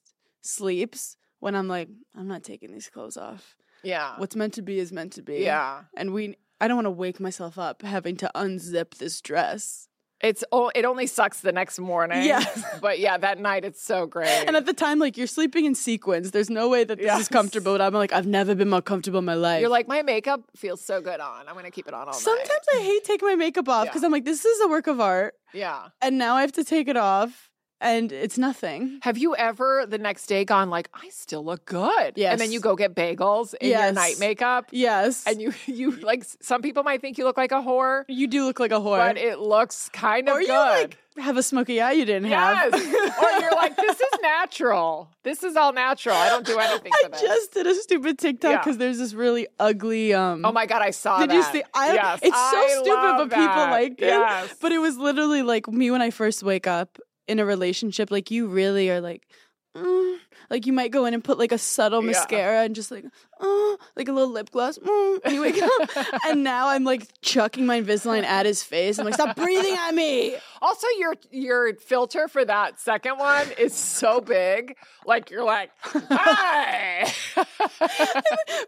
Speaker 4: sleeps when I'm like, I'm not taking these clothes off.
Speaker 3: Yeah.
Speaker 4: What's meant to be is meant to be.
Speaker 3: Yeah.
Speaker 4: And we I don't want to wake myself up having to unzip this dress.
Speaker 3: It's oh, it only sucks the next morning.
Speaker 4: Yeah.
Speaker 3: but yeah, that night it's so great.
Speaker 4: And at the time, like you're sleeping in sequins. There's no way that this
Speaker 3: Yes.
Speaker 4: is comfortable. But I'm like, I've never been more comfortable in my life.
Speaker 3: You're like, my makeup feels so good on. I'm gonna keep it on all
Speaker 4: sometimes
Speaker 3: night.
Speaker 4: I hate taking my makeup off because
Speaker 3: Yeah.
Speaker 4: I'm like, this is a work of art,
Speaker 3: Yeah.
Speaker 4: and now I have to take it off, and it's nothing.
Speaker 3: Have you ever the next day gone like, I still look good? And then
Speaker 4: Yes.
Speaker 3: you go get bagels in your
Speaker 4: Yes.
Speaker 3: night makeup,
Speaker 4: Yes,
Speaker 3: and you you like s- some people might think you look like a whore,
Speaker 4: you do look like a whore.
Speaker 3: but it looks kind of
Speaker 4: or
Speaker 3: good.
Speaker 4: you like have a smoky eye you didn't
Speaker 3: yes.
Speaker 4: have.
Speaker 3: or you're like, this is natural. This is all natural. I don't do anything
Speaker 4: I
Speaker 3: for this.
Speaker 4: just did a stupid TikTok
Speaker 3: Yeah.
Speaker 4: because there's this really ugly. Um,
Speaker 3: Oh my god, I saw
Speaker 4: Did
Speaker 3: that.
Speaker 4: you see? I,
Speaker 3: Yes,
Speaker 4: it's so
Speaker 3: I
Speaker 4: stupid,
Speaker 3: love
Speaker 4: but people
Speaker 3: that.
Speaker 4: like it.
Speaker 3: Yes.
Speaker 4: But it was literally like me when I first wake up in a relationship. Like you really are like, mm. like you might go in and put like a subtle
Speaker 3: Yeah.
Speaker 4: mascara and just like, oh, like a little lip gloss. Mm, and you wake up, and now I'm like chucking my Invisalign at his face. I'm like, stop breathing at me.
Speaker 3: Also, your your filter for that second one is so big. Like you're like, hi.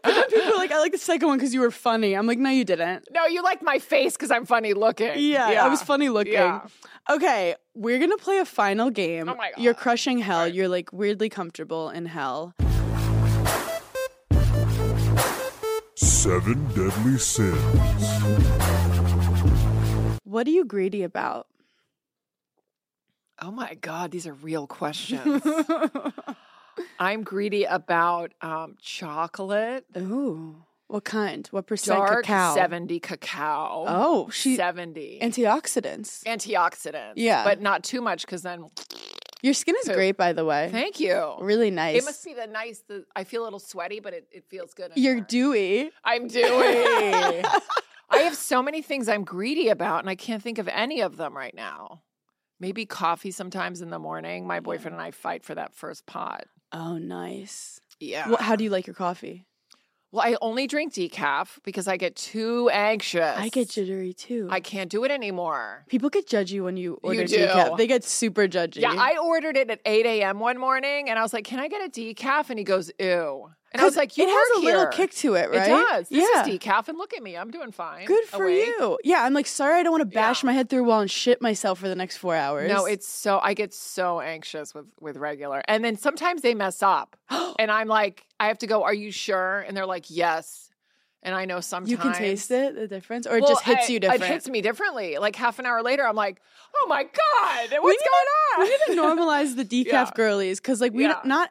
Speaker 4: But then people are like, I like the second one because you were funny. I'm like, no, you didn't.
Speaker 3: no, you like my face because I'm funny looking.
Speaker 4: Yeah, I was funny looking.
Speaker 3: Yeah.
Speaker 4: Okay, we're gonna play a final game.
Speaker 3: Oh my God.
Speaker 4: You're crushing hell. You're like weirdly comfortable in hell.
Speaker 2: Seven deadly sins.
Speaker 4: What are you greedy about?
Speaker 3: Oh my god, these are real questions. I'm greedy about um, chocolate,
Speaker 4: Ooh, what kind? What percent
Speaker 3: dark
Speaker 4: cacao?
Speaker 3: seventy cacao.
Speaker 4: Oh, she
Speaker 3: seventy
Speaker 4: antioxidants.
Speaker 3: antioxidants.
Speaker 4: Yeah.
Speaker 3: but not too much because then.
Speaker 4: Your skin is
Speaker 3: Poop.
Speaker 4: great, by the way.
Speaker 3: Thank you.
Speaker 4: Really nice.
Speaker 3: It must be the nice. The, I feel a little sweaty, but it, it feels good. in
Speaker 4: You're
Speaker 3: there.
Speaker 4: dewy.
Speaker 3: I'm doing. I have so many things I'm greedy about, and I can't think of any of them right now. Maybe coffee sometimes in the morning. My boyfriend and I fight for that first pot.
Speaker 4: Oh, nice.
Speaker 3: Yeah.
Speaker 4: Well, how do you like your coffee?
Speaker 3: Well, I only drink decaf because I get too anxious.
Speaker 4: I get jittery too.
Speaker 3: I can't do it anymore.
Speaker 4: People get judgy when you order
Speaker 3: do.
Speaker 4: decaf. They get super judgy.
Speaker 3: Yeah, I ordered it at 8 a.m. one morning, and I was like, "Can I get a decaf?" And he goes, "Ew." And I was
Speaker 4: 'Cause
Speaker 3: like, "You
Speaker 4: it has a
Speaker 3: work
Speaker 4: little
Speaker 3: here."
Speaker 4: kick to it,
Speaker 3: It
Speaker 4: right?
Speaker 3: does. This
Speaker 4: yeah.
Speaker 3: is decaf, and look at me. I'm doing fine.
Speaker 4: Good for
Speaker 3: Awake.
Speaker 4: you. Yeah, I'm like sorry I don't want to bash
Speaker 3: Yeah.
Speaker 4: my head through a wall and shit myself for the next four hours.
Speaker 3: No, it's so I get so anxious with with regular, and then sometimes they mess up, and I'm like, I have to go. Are you sure? And they're like, yes. And I know sometimes
Speaker 4: you can taste it, the difference, or it
Speaker 3: Well,
Speaker 4: just hits
Speaker 3: I-
Speaker 4: you different.
Speaker 3: It hits me differently. Like half an hour later, I'm like, oh my god,
Speaker 4: We
Speaker 3: what's
Speaker 4: need
Speaker 3: going on?
Speaker 4: We need to normalize the decaf
Speaker 3: Yeah.
Speaker 4: girlies because like we
Speaker 3: Yeah.
Speaker 4: don't, not.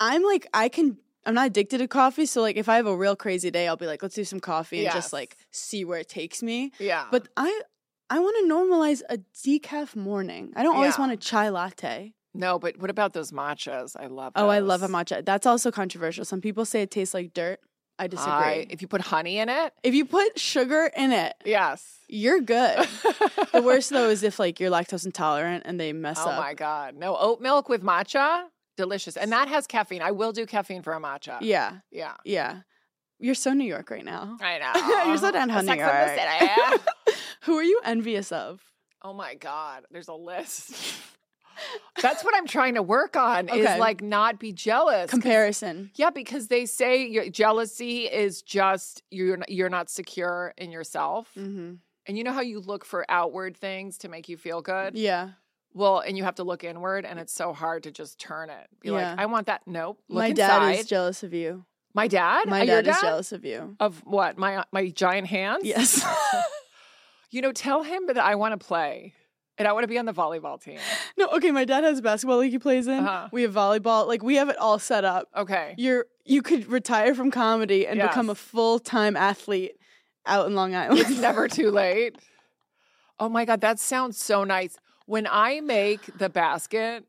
Speaker 4: I'm like I can. I'm not addicted to coffee, so like if I have a real crazy day, I'll be like, let's do some coffee and just
Speaker 3: Yes.
Speaker 4: like see where it takes me.
Speaker 3: yeah, but
Speaker 4: But I. I want to normalize a decaf morning. I don't always
Speaker 3: Yeah.
Speaker 4: want a chai latte.
Speaker 3: no, but what about those matchas? I love.
Speaker 4: Oh, I love a
Speaker 3: those.
Speaker 4: matcha. That's also controversial. Some people say it tastes like dirt. I disagree.
Speaker 3: I- if you put honey in it,
Speaker 4: If you put sugar in it,
Speaker 3: yes.
Speaker 4: you're good. the worst though is if like you're lactose intolerant and they mess
Speaker 3: Oh
Speaker 4: up.
Speaker 3: my god, no oat milk with matcha, delicious, and that has caffeine. I will do caffeine for a matcha.
Speaker 4: Yeah,
Speaker 3: yeah.
Speaker 4: yeah. You're so New York right now.
Speaker 3: I know.
Speaker 4: You're so down,
Speaker 3: It's like
Speaker 4: honey,
Speaker 3: from the
Speaker 4: alright.
Speaker 3: city.
Speaker 4: Who are you envious of?
Speaker 3: oh my God. There's a list. That's what I'm trying to work on
Speaker 4: Okay.
Speaker 3: is like not be jealous.
Speaker 4: Comparison.
Speaker 3: yeah, because they say your jealousy is just you're n- you're not secure in yourself.
Speaker 4: Mm-hmm.
Speaker 3: And you know how you look for outward things to make you feel good?
Speaker 4: Yeah.
Speaker 3: Well, and you have to look inward and it's so hard to just turn it. Be
Speaker 4: Yeah.
Speaker 3: like, I want that. Nope. Look
Speaker 4: my
Speaker 3: inside.
Speaker 4: dad is jealous of you.
Speaker 3: my dad?
Speaker 4: My
Speaker 3: Uh, your
Speaker 4: dad, is jealous of you.
Speaker 3: Of what? My uh, my giant hands?
Speaker 4: Yes.
Speaker 3: You know, tell him that I want to play and I want to be on the volleyball team.
Speaker 4: no. Okay. My dad has a basketball league he plays in.
Speaker 3: Uh-huh.
Speaker 4: We have volleyball. Like we have it all set up.
Speaker 3: Okay.
Speaker 4: You're you could retire from comedy and become a
Speaker 3: Yes.
Speaker 4: full time athlete out in Long Island.
Speaker 3: It's never too late. Oh my God, that sounds so nice. When I make the basket,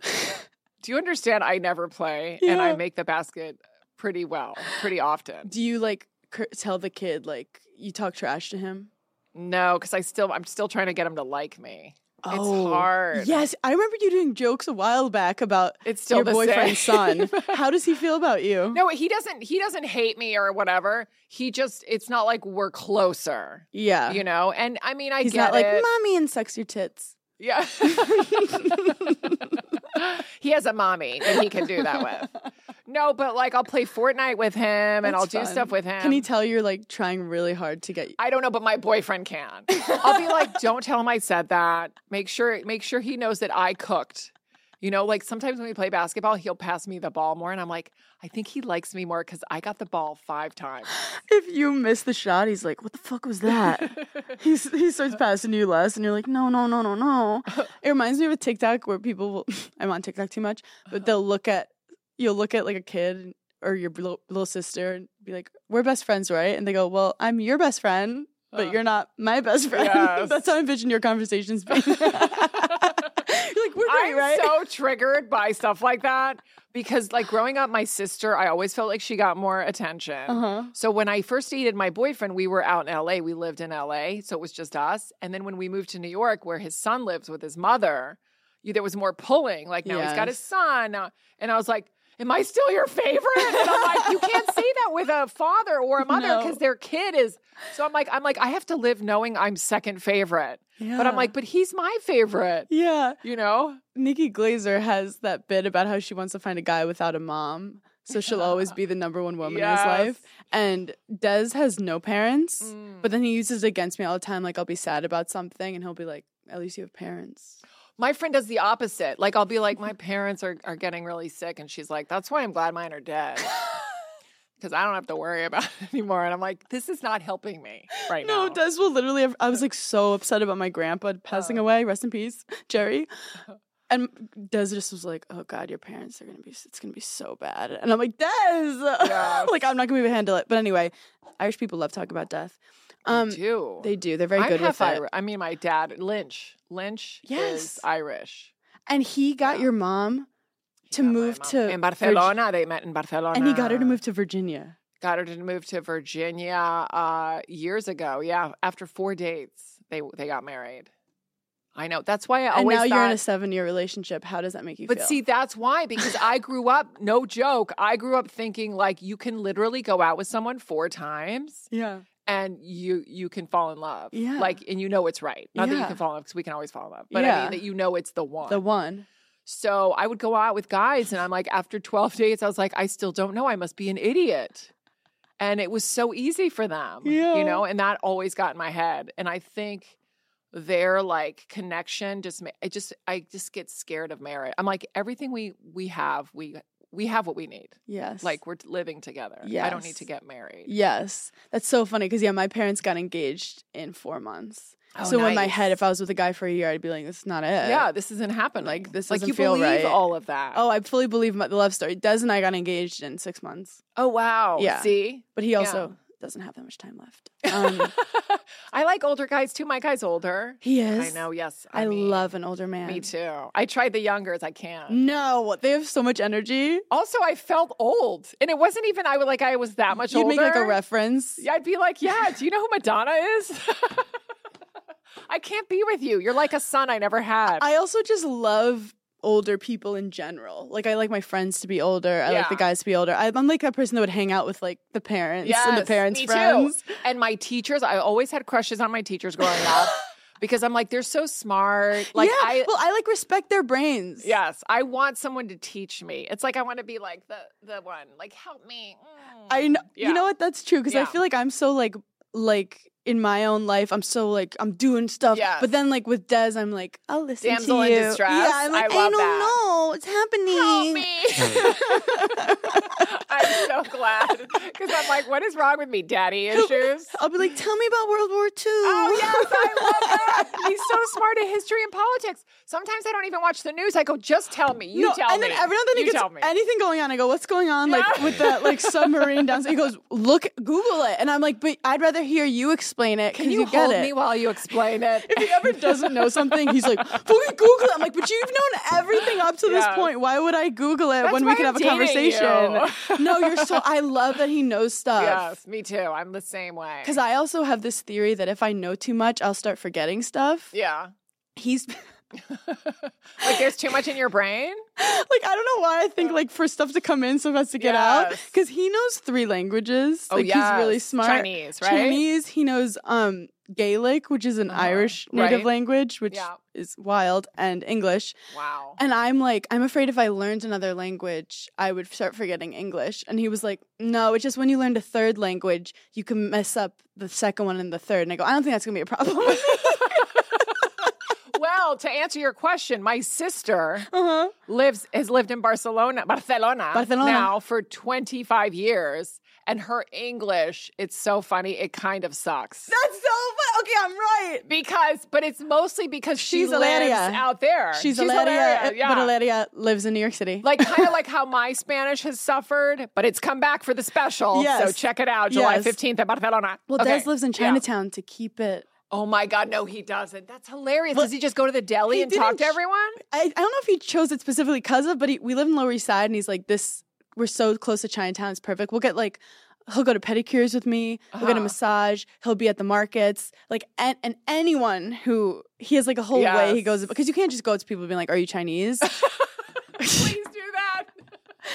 Speaker 3: do you understand? I never play and I
Speaker 4: Yeah.
Speaker 3: make the basket pretty well, pretty often.
Speaker 4: Do you like cur- tell the kid like you talk trash to him?
Speaker 3: No, because I still, I'm still trying to get him to like me. It's hard.
Speaker 4: Yes, I remember you doing jokes a while back about
Speaker 3: It's still
Speaker 4: your
Speaker 3: the
Speaker 4: boyfriend's
Speaker 3: same.
Speaker 4: son. How does he feel about you?
Speaker 3: No, he doesn't, he doesn't hate me or whatever. He just, it's not like we're closer,
Speaker 4: Yeah,
Speaker 3: you know? And I mean, I
Speaker 4: he's
Speaker 3: get
Speaker 4: not like
Speaker 3: it.
Speaker 4: mommy and sucks your tits.
Speaker 3: Yeah. he has a mommy that he can do that with. No, but like I'll play Fortnite with him and
Speaker 4: That's
Speaker 3: I'll do
Speaker 4: fun.
Speaker 3: stuff with him.
Speaker 4: Can he tell you're like trying really hard to get?
Speaker 3: I don't know, but my boyfriend can. I'll be like, don't tell him I said that. Make sure make sure he knows that I cooked. You know, like sometimes when we play basketball, he'll pass me the ball more, and I'm like, I think he likes me more because I got the ball five times.
Speaker 4: If you miss the shot, he's like, "What the fuck was that?" He's, he starts passing you less, and you're like, "No, no, no, no, no." It reminds me of a TikTok where people will, I'm on TikTok too much, but they'll look at you'll look at like a kid or your little, little sister and be like, "We're best friends, right?" And they go, "Well, I'm your best friend, but
Speaker 3: Uh.
Speaker 4: you're not my best friend."
Speaker 3: Yes.
Speaker 4: That's how I envision your conversations being. you're like, "We're great,
Speaker 3: I'm
Speaker 4: right?"
Speaker 3: so triggered by stuff like that because, like, growing up, my sister, I always felt like she got more attention.
Speaker 4: uh-huh.
Speaker 3: So when I first dated my boyfriend, we were out in LA. We lived in LA, so it was just us. And then when we moved to New York, where his son lives with his mother, you, there was more pulling. Like now he's got his son, Now- and I was like, "Am I still your favorite?" And I'm like, "You can't say that with a father or a mother
Speaker 4: No.
Speaker 3: because their kid is." So I'm like, "I'm like, I have to live knowing I'm second favorite." But
Speaker 4: Yeah.
Speaker 3: I'm like, "But he's my favorite,"
Speaker 4: Yeah.
Speaker 3: you know?
Speaker 4: Nikki Glazer has that bit about how she wants to find a guy without a mom. So she'll always be the number one woman in his
Speaker 3: Yes.
Speaker 4: life. And Dez has no parents,
Speaker 3: Mm.
Speaker 4: but then he uses it against me all the time. Like, I'll be sad about something, and he'll be like, At least you have parents.
Speaker 3: My friend does the opposite. Like I'll be like, my parents are, are getting really sick, and she's like, that's why I'm glad mine are dead. Because I don't have to worry about it anymore. And I'm like, this is not helping me right
Speaker 4: No,
Speaker 3: now.
Speaker 4: Des will literally. Have, I was like so upset about my grandpa passing
Speaker 3: Uh.
Speaker 4: away. Rest in peace, Jerry. And Des just was like, "Oh God, your parents are gonna be. It's gonna be so bad." And I'm like, Des, like I'm not gonna be able to handle it. But anyway, Irish people love talk about death. Um,
Speaker 3: do.
Speaker 4: they do. They're very
Speaker 3: I'm
Speaker 4: good
Speaker 3: half
Speaker 4: with it.
Speaker 3: Irish. I mean, my dad, Lynch. Lynch
Speaker 4: Yes.
Speaker 3: is Irish.
Speaker 4: And he got
Speaker 3: Yeah.
Speaker 4: your mom to
Speaker 3: Yeah, my
Speaker 4: move
Speaker 3: mom-
Speaker 4: to
Speaker 3: in
Speaker 4: Virg-
Speaker 3: Barcelona. They met in Barcelona,
Speaker 4: and he got her to move to Virginia.
Speaker 3: Got her to move to Virginia uh, years ago. Yeah, after four dates, they they got married. I know. That's why I
Speaker 4: and
Speaker 3: always
Speaker 4: now you're in
Speaker 3: thought-
Speaker 4: a seven year relationship. How does that make you
Speaker 3: But
Speaker 4: feel?
Speaker 3: see, that's why, because I grew up, no joke, I grew up thinking like you can literally go out with someone four times
Speaker 4: yeah,
Speaker 3: and you you can fall in love.
Speaker 4: Yeah.
Speaker 3: Like and you know it's right. Not that you
Speaker 4: Yeah.
Speaker 3: can fall in love because we can always fall in love. But I
Speaker 4: Yeah.
Speaker 3: mean that you know it's the one.
Speaker 4: the one.
Speaker 3: So I would go out with guys and I'm like, after 12 dates, I was like, I still don't know. I must be an idiot. And it was so easy for them.
Speaker 4: Yeah.
Speaker 3: You know, and that always got in my head. And I think their like connection just ma- I just I just get scared of marriage. I'm like, everything we we have, we we have what we need.
Speaker 4: Yes,
Speaker 3: Like we're living together. I don't need to
Speaker 4: Yes.
Speaker 3: get married.
Speaker 4: yes, that's so funny because yeah, my parents got engaged in four months.
Speaker 3: Oh,
Speaker 4: so in my
Speaker 3: nice.
Speaker 4: head, if I was with a guy for a year, I'd be like, "This is not it."
Speaker 3: yeah, this isn't happening.
Speaker 4: like, this
Speaker 3: like
Speaker 4: doesn't
Speaker 3: you
Speaker 4: feel
Speaker 3: believe
Speaker 4: right.
Speaker 3: all of that.
Speaker 4: Oh, I fully believe my, the love story. Des and I got engaged in six months,
Speaker 3: oh wow.
Speaker 4: Yeah.
Speaker 3: See,
Speaker 4: but he also doesn't have that much time left. Um,
Speaker 3: I like older guys too. My guy's older.
Speaker 4: he is.
Speaker 3: I know. Yes,
Speaker 4: I,
Speaker 3: mean,
Speaker 4: love Mm. an older man.
Speaker 3: Me too. I tried the youngers. I can't.
Speaker 4: No, they have so much energy.
Speaker 3: Also, I felt old, and it wasn't even I was like I was that much
Speaker 4: You'd
Speaker 3: older.
Speaker 4: make like a reference.
Speaker 3: Yeah, I'd be like, yeah. Do you know who Madonna is? I can't be with you. You're like a son I never had.
Speaker 4: I also just love older people in general. Like I like my friends to be older. I like the
Speaker 3: Yeah.
Speaker 4: guys to be older. I- I'm like that person that would hang out with like the parents and the
Speaker 3: Yes,
Speaker 4: parents'
Speaker 3: me too.
Speaker 4: friends.
Speaker 3: And my teachers, I always had crushes on my teachers growing up because I'm like they're so smart. Like
Speaker 4: yeah,
Speaker 3: I.
Speaker 4: well, I like respect their brains.
Speaker 3: Yes, I want someone to teach me. It's like I want to be like the the one, like help me.
Speaker 4: I
Speaker 3: Mm.
Speaker 4: know.
Speaker 3: Yeah.
Speaker 4: You know what? That's true because I
Speaker 3: Yeah.
Speaker 4: feel like I'm so like like in my own life, I'm so like I'm doing stuff.
Speaker 3: Yes.
Speaker 4: But then like with Des, I'm like I'll listen
Speaker 3: Damsel
Speaker 4: to
Speaker 3: in
Speaker 4: you.
Speaker 3: distress.
Speaker 4: Yeah, I'm like
Speaker 3: I
Speaker 4: I,
Speaker 3: love
Speaker 4: don't
Speaker 3: that.
Speaker 4: know what's happening.
Speaker 3: Help me. I'm so glad because I'm like, what is wrong with me, daddy issues?
Speaker 4: I'll be like, tell me about World War II.
Speaker 3: Oh yes, I love that. He's so smart at history and politics. Sometimes I don't even watch the news. I go, just tell me. You
Speaker 4: No,
Speaker 3: tell
Speaker 4: and
Speaker 3: me.
Speaker 4: then every now and then
Speaker 3: you
Speaker 4: he gets
Speaker 3: tell me.
Speaker 4: anything going on. I go, what's going on? Like
Speaker 3: Yeah.
Speaker 4: with the like submarine down. He goes, look, Google it, and I'm like, but I'd rather hear you explain it
Speaker 3: Can
Speaker 4: because
Speaker 3: you,
Speaker 4: you, get
Speaker 3: hold
Speaker 4: it.
Speaker 3: me while you explain it?
Speaker 4: if he ever doesn't know something, he's like, fucking Google it. I'm like, but you've known everything up to this
Speaker 3: Yeah.
Speaker 4: point. Why would I Google it
Speaker 3: That's
Speaker 4: when
Speaker 3: why
Speaker 4: we could
Speaker 3: I'm
Speaker 4: have a
Speaker 3: dating you.
Speaker 4: conversation? no, you're so. I love that he knows stuff.
Speaker 3: yes, me too. I'm the same way.
Speaker 4: Because I also have this theory that if I know too much, I'll start forgetting stuff.
Speaker 3: yeah,
Speaker 4: He's
Speaker 3: like there's too much in your brain.
Speaker 4: like I don't know why I think like for stuff to come in, stuff has to get out
Speaker 3: Yes.
Speaker 4: because he knows three languages.
Speaker 3: Oh,
Speaker 4: like he's really
Speaker 3: yes.
Speaker 4: smart.
Speaker 3: Chinese, right?
Speaker 4: Chinese. He knows um Gaelic, which is an
Speaker 3: Uh-huh.
Speaker 4: Irish native
Speaker 3: Right.
Speaker 4: language, which
Speaker 3: Yeah.
Speaker 4: is wild, and English.
Speaker 3: Wow.
Speaker 4: And I'm like, I'm afraid if I learned another language, I would start forgetting English. And he was like, No, it's just when you learn a third language, you can mess up the second one and the third. And I go, I don't think that's gonna be a problem.
Speaker 3: well, to answer your question, my sister
Speaker 4: uh-huh.
Speaker 3: lives has lived in Barcelona, Barcelona,
Speaker 4: Barcelona.
Speaker 3: now for 25 years, and her English, it's so funny, it kind of sucks.
Speaker 4: That's so fun. Okay, I'm right.
Speaker 3: Because, but it's mostly because she
Speaker 4: She's a
Speaker 3: lives
Speaker 4: Laria.
Speaker 3: out there.
Speaker 4: She's, She's
Speaker 3: Laria,
Speaker 4: but Alaria lives in New York City.
Speaker 3: like kind of like how my Spanish has suffered, but it's come back for the special. So
Speaker 4: Yes.
Speaker 3: check it out, July
Speaker 4: Yes.
Speaker 3: fifteenth at Barcelona.
Speaker 4: well,
Speaker 3: Okay.
Speaker 4: Des lives in
Speaker 3: Yeah.
Speaker 4: Chinatown to keep it.
Speaker 3: Oh my God, no, he doesn't. That's hilarious.
Speaker 4: Well,
Speaker 3: Does he just go to the deli
Speaker 4: he
Speaker 3: and talk
Speaker 4: didn't
Speaker 3: to
Speaker 4: ch-
Speaker 3: everyone?
Speaker 4: I, I don't know if he chose it specifically because of, but he, we live in Lower East Side, and he's like, "This, we're so close to Chinatown. It's perfect. We'll get like, he'll go to pedicures with me. We'll get a
Speaker 3: Uh-huh.
Speaker 4: massage. He'll be at the markets. Like, and, and anyone who he has like a whole way he goes
Speaker 3: Yes.
Speaker 4: because you can't just go up to people being like, "Are you Chinese?"
Speaker 3: Please do that.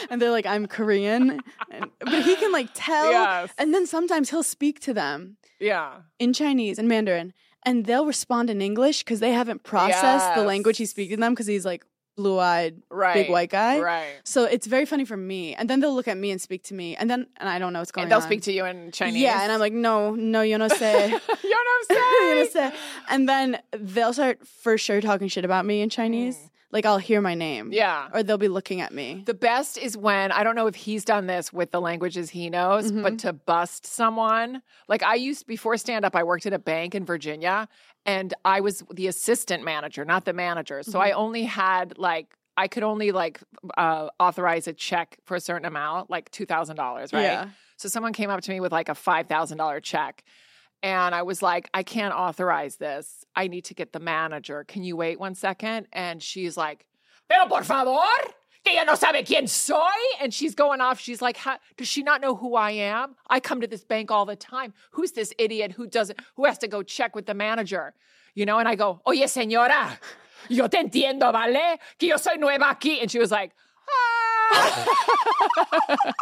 Speaker 4: and they're like, "I'm Korean," and, but he can like tell.
Speaker 3: Yes.
Speaker 4: And then sometimes he'll speak to them
Speaker 3: Yeah.
Speaker 4: in Chinese and Mandarin, and they'll respond in English because they haven't processed the
Speaker 3: Yes.
Speaker 4: language he's speaking to them because he's like blue-eyed
Speaker 3: Right.
Speaker 4: big white guy.
Speaker 3: Right.
Speaker 4: So it's very funny for me. And then they'll look at me and speak to me. And then and I don't know what's going
Speaker 3: And they'll
Speaker 4: on.
Speaker 3: speak to you in Chinese.
Speaker 4: Yeah, and I'm like, no, no, yo no sé.
Speaker 3: you know what
Speaker 4: yo no
Speaker 3: I'm saying?
Speaker 4: sé. And then they'll start for sure talking shit about me in Chinese. Like I'll hear my name.
Speaker 3: Mm. Yeah.
Speaker 4: Or they'll be looking at me.
Speaker 3: The best is when I don't know if he's done this with the languages he knows, but to bust someone. Like I used before stand up, I worked at a bank in Virginia and I was the assistant manager, not the manager. So I only had like I could only like uh, authorize a check for a certain amount, like two thousand dollars, right?
Speaker 4: Yeah.
Speaker 3: So someone came up to me with like a five thousand dollar check, and I was like, I can't authorize this. I need to get the manager. Can you wait one second? And she's like, Pero por favor, que ella no sabe quién soy. And she's going off. She's like, How, Does she not know who I am? I come to this bank all the time. Who's this idiot who doesn't? Who has to go check with the manager? You know? And I go, Oye, señora, yo te entiendo, vale? Que yo soy nueva aquí. And she was like.
Speaker 4: Oh,
Speaker 3: "Ah."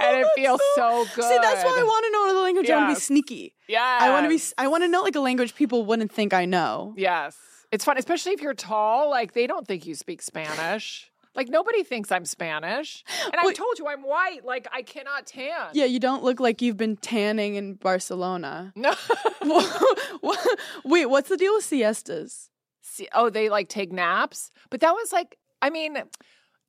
Speaker 3: and it feels so, good.
Speaker 4: See, that's why I want to know another language. I want to be
Speaker 3: Yes.
Speaker 4: sneaky.
Speaker 3: Yes.
Speaker 4: I want to be. s- I want to know like a language people wouldn't think I know.
Speaker 3: Yes. It's fun, especially if you're tall. Like, they don't think you speak Spanish. Like, nobody thinks I'm Spanish. And I
Speaker 4: Well-
Speaker 3: told you I'm white. Like, I cannot tan.
Speaker 4: Yeah, you don't look like you've been tanning in Barcelona.
Speaker 3: No.
Speaker 4: Wait, what's the deal with siestas?
Speaker 3: See, oh, they like take naps. But that was like, I mean,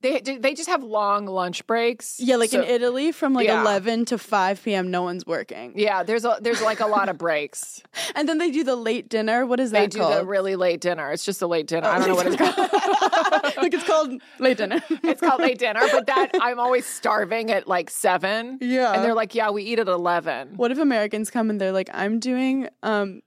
Speaker 3: they they just have long lunch breaks.
Speaker 4: Yeah, like
Speaker 3: So-
Speaker 4: in Italy, from like
Speaker 3: Yeah.
Speaker 4: 11 to 5 p.m., no one's working.
Speaker 3: Yeah, there's a there's like a lot of breaks.
Speaker 4: And then they do the late dinner. What is
Speaker 3: They
Speaker 4: that
Speaker 3: do the
Speaker 4: called?
Speaker 3: really late dinner. It's just a late dinner. I don't know what
Speaker 4: Oh,
Speaker 3: it's called.
Speaker 4: like it's called late dinner.
Speaker 3: It's called late dinner, but that I'm always starving at like seven.
Speaker 4: Yeah.
Speaker 3: and they're like, yeah, we eat at eleven.
Speaker 4: what if Americans come and they're like, I'm doing um,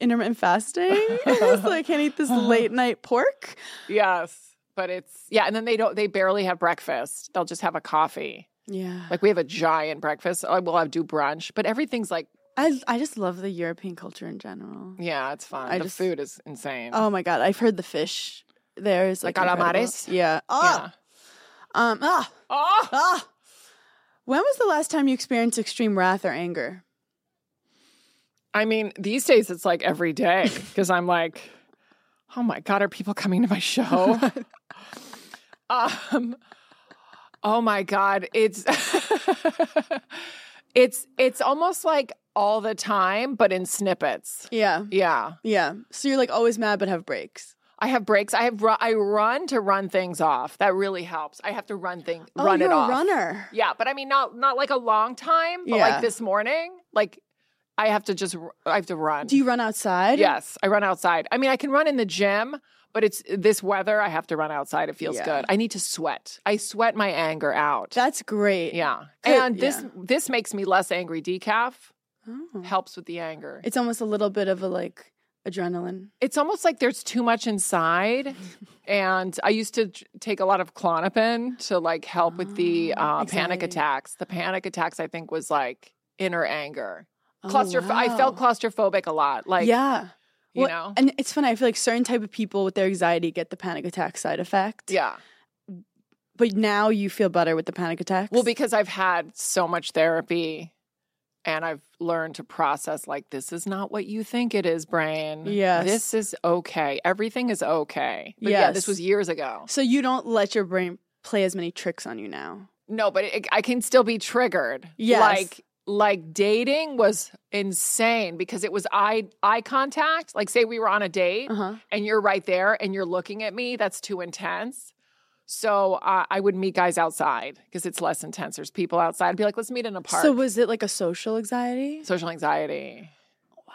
Speaker 4: intermittent fasting, so I can't eat this late night pork?
Speaker 3: Yes. But it's yeah, and then they don't they barely have breakfast. They'll just have a coffee.
Speaker 4: Yeah.
Speaker 3: Like we have a giant breakfast. I will have do brunch, but everything's like
Speaker 4: I, I just love the European culture in general.
Speaker 3: yeah, it's fun.
Speaker 4: I
Speaker 3: the
Speaker 4: just-
Speaker 3: food is insane.
Speaker 4: Oh my God, I've heard the fish there is
Speaker 3: Like
Speaker 4: like. incredible.
Speaker 3: calamares?
Speaker 4: Yeah.
Speaker 3: yeah.
Speaker 4: Oh, Um, ah,
Speaker 3: Oh,
Speaker 4: ah. When was the last time you experienced extreme wrath or anger?
Speaker 3: I mean, these days it's like every day because I'm like, oh my god, are people coming to my show? um, oh my god, it's it's it's almost like all the time, but in snippets.
Speaker 4: Yeah.
Speaker 3: Yeah.
Speaker 4: Yeah. So you're like always mad but have breaks.
Speaker 3: I have breaks. I have ru- I run to run things off. That really helps. I have to run things
Speaker 4: Oh,
Speaker 3: run
Speaker 4: you're
Speaker 3: it
Speaker 4: a
Speaker 3: off.
Speaker 4: runner.
Speaker 3: Yeah, but I mean not not like a long time, but
Speaker 4: Yeah.
Speaker 3: like this morning, like I have to just r- I have to run.
Speaker 4: Do you run outside?
Speaker 3: yes, I run outside. I mean, I can run in the gym, but it's this weather. I have to run outside. It feels
Speaker 4: Yeah.
Speaker 3: good. I need to sweat. I sweat my anger out.
Speaker 4: That's great.
Speaker 3: yeah,
Speaker 4: Good,
Speaker 3: and this
Speaker 4: yeah.
Speaker 3: this makes me less angry. Decaf
Speaker 4: Oh.
Speaker 3: helps with the anger.
Speaker 4: It's almost a little bit of a like adrenaline.
Speaker 3: it's almost like there's too much inside and i used to j- take a lot of clonopin to like help with the
Speaker 4: Oh,
Speaker 3: uh, panic
Speaker 4: anxiety.
Speaker 3: attacks the panic attacks i think was like inner anger
Speaker 4: Oh,
Speaker 3: Claustroph- i felt
Speaker 4: wow.
Speaker 3: claustrophobic a lot like
Speaker 4: yeah.
Speaker 3: you
Speaker 4: Well,
Speaker 3: know
Speaker 4: And it's funny. I feel like certain type of people with their anxiety get the panic attack side effect.
Speaker 3: yeah
Speaker 4: But now you feel better with the panic attacks.
Speaker 3: well because i've had so much therapy and i've learn to process like this is not what you think it is, brain.
Speaker 4: Yes.
Speaker 3: This is okay. Everything is okay. But yeah, this
Speaker 4: Yes.
Speaker 3: was years ago.
Speaker 4: So you don't let your brain play as many tricks on you now.
Speaker 3: No, but it, I can still be triggered.
Speaker 4: Yes.
Speaker 3: Like like dating was insane because it was eye eye contact. Like say we were on a date
Speaker 4: Uh huh.
Speaker 3: and you're right there and you're looking at me, that's too intense. So uh, I would meet guys outside because it's less intense. There's people outside. I'd be like, let's meet in a park.
Speaker 4: So was it like a social anxiety?
Speaker 3: Social anxiety.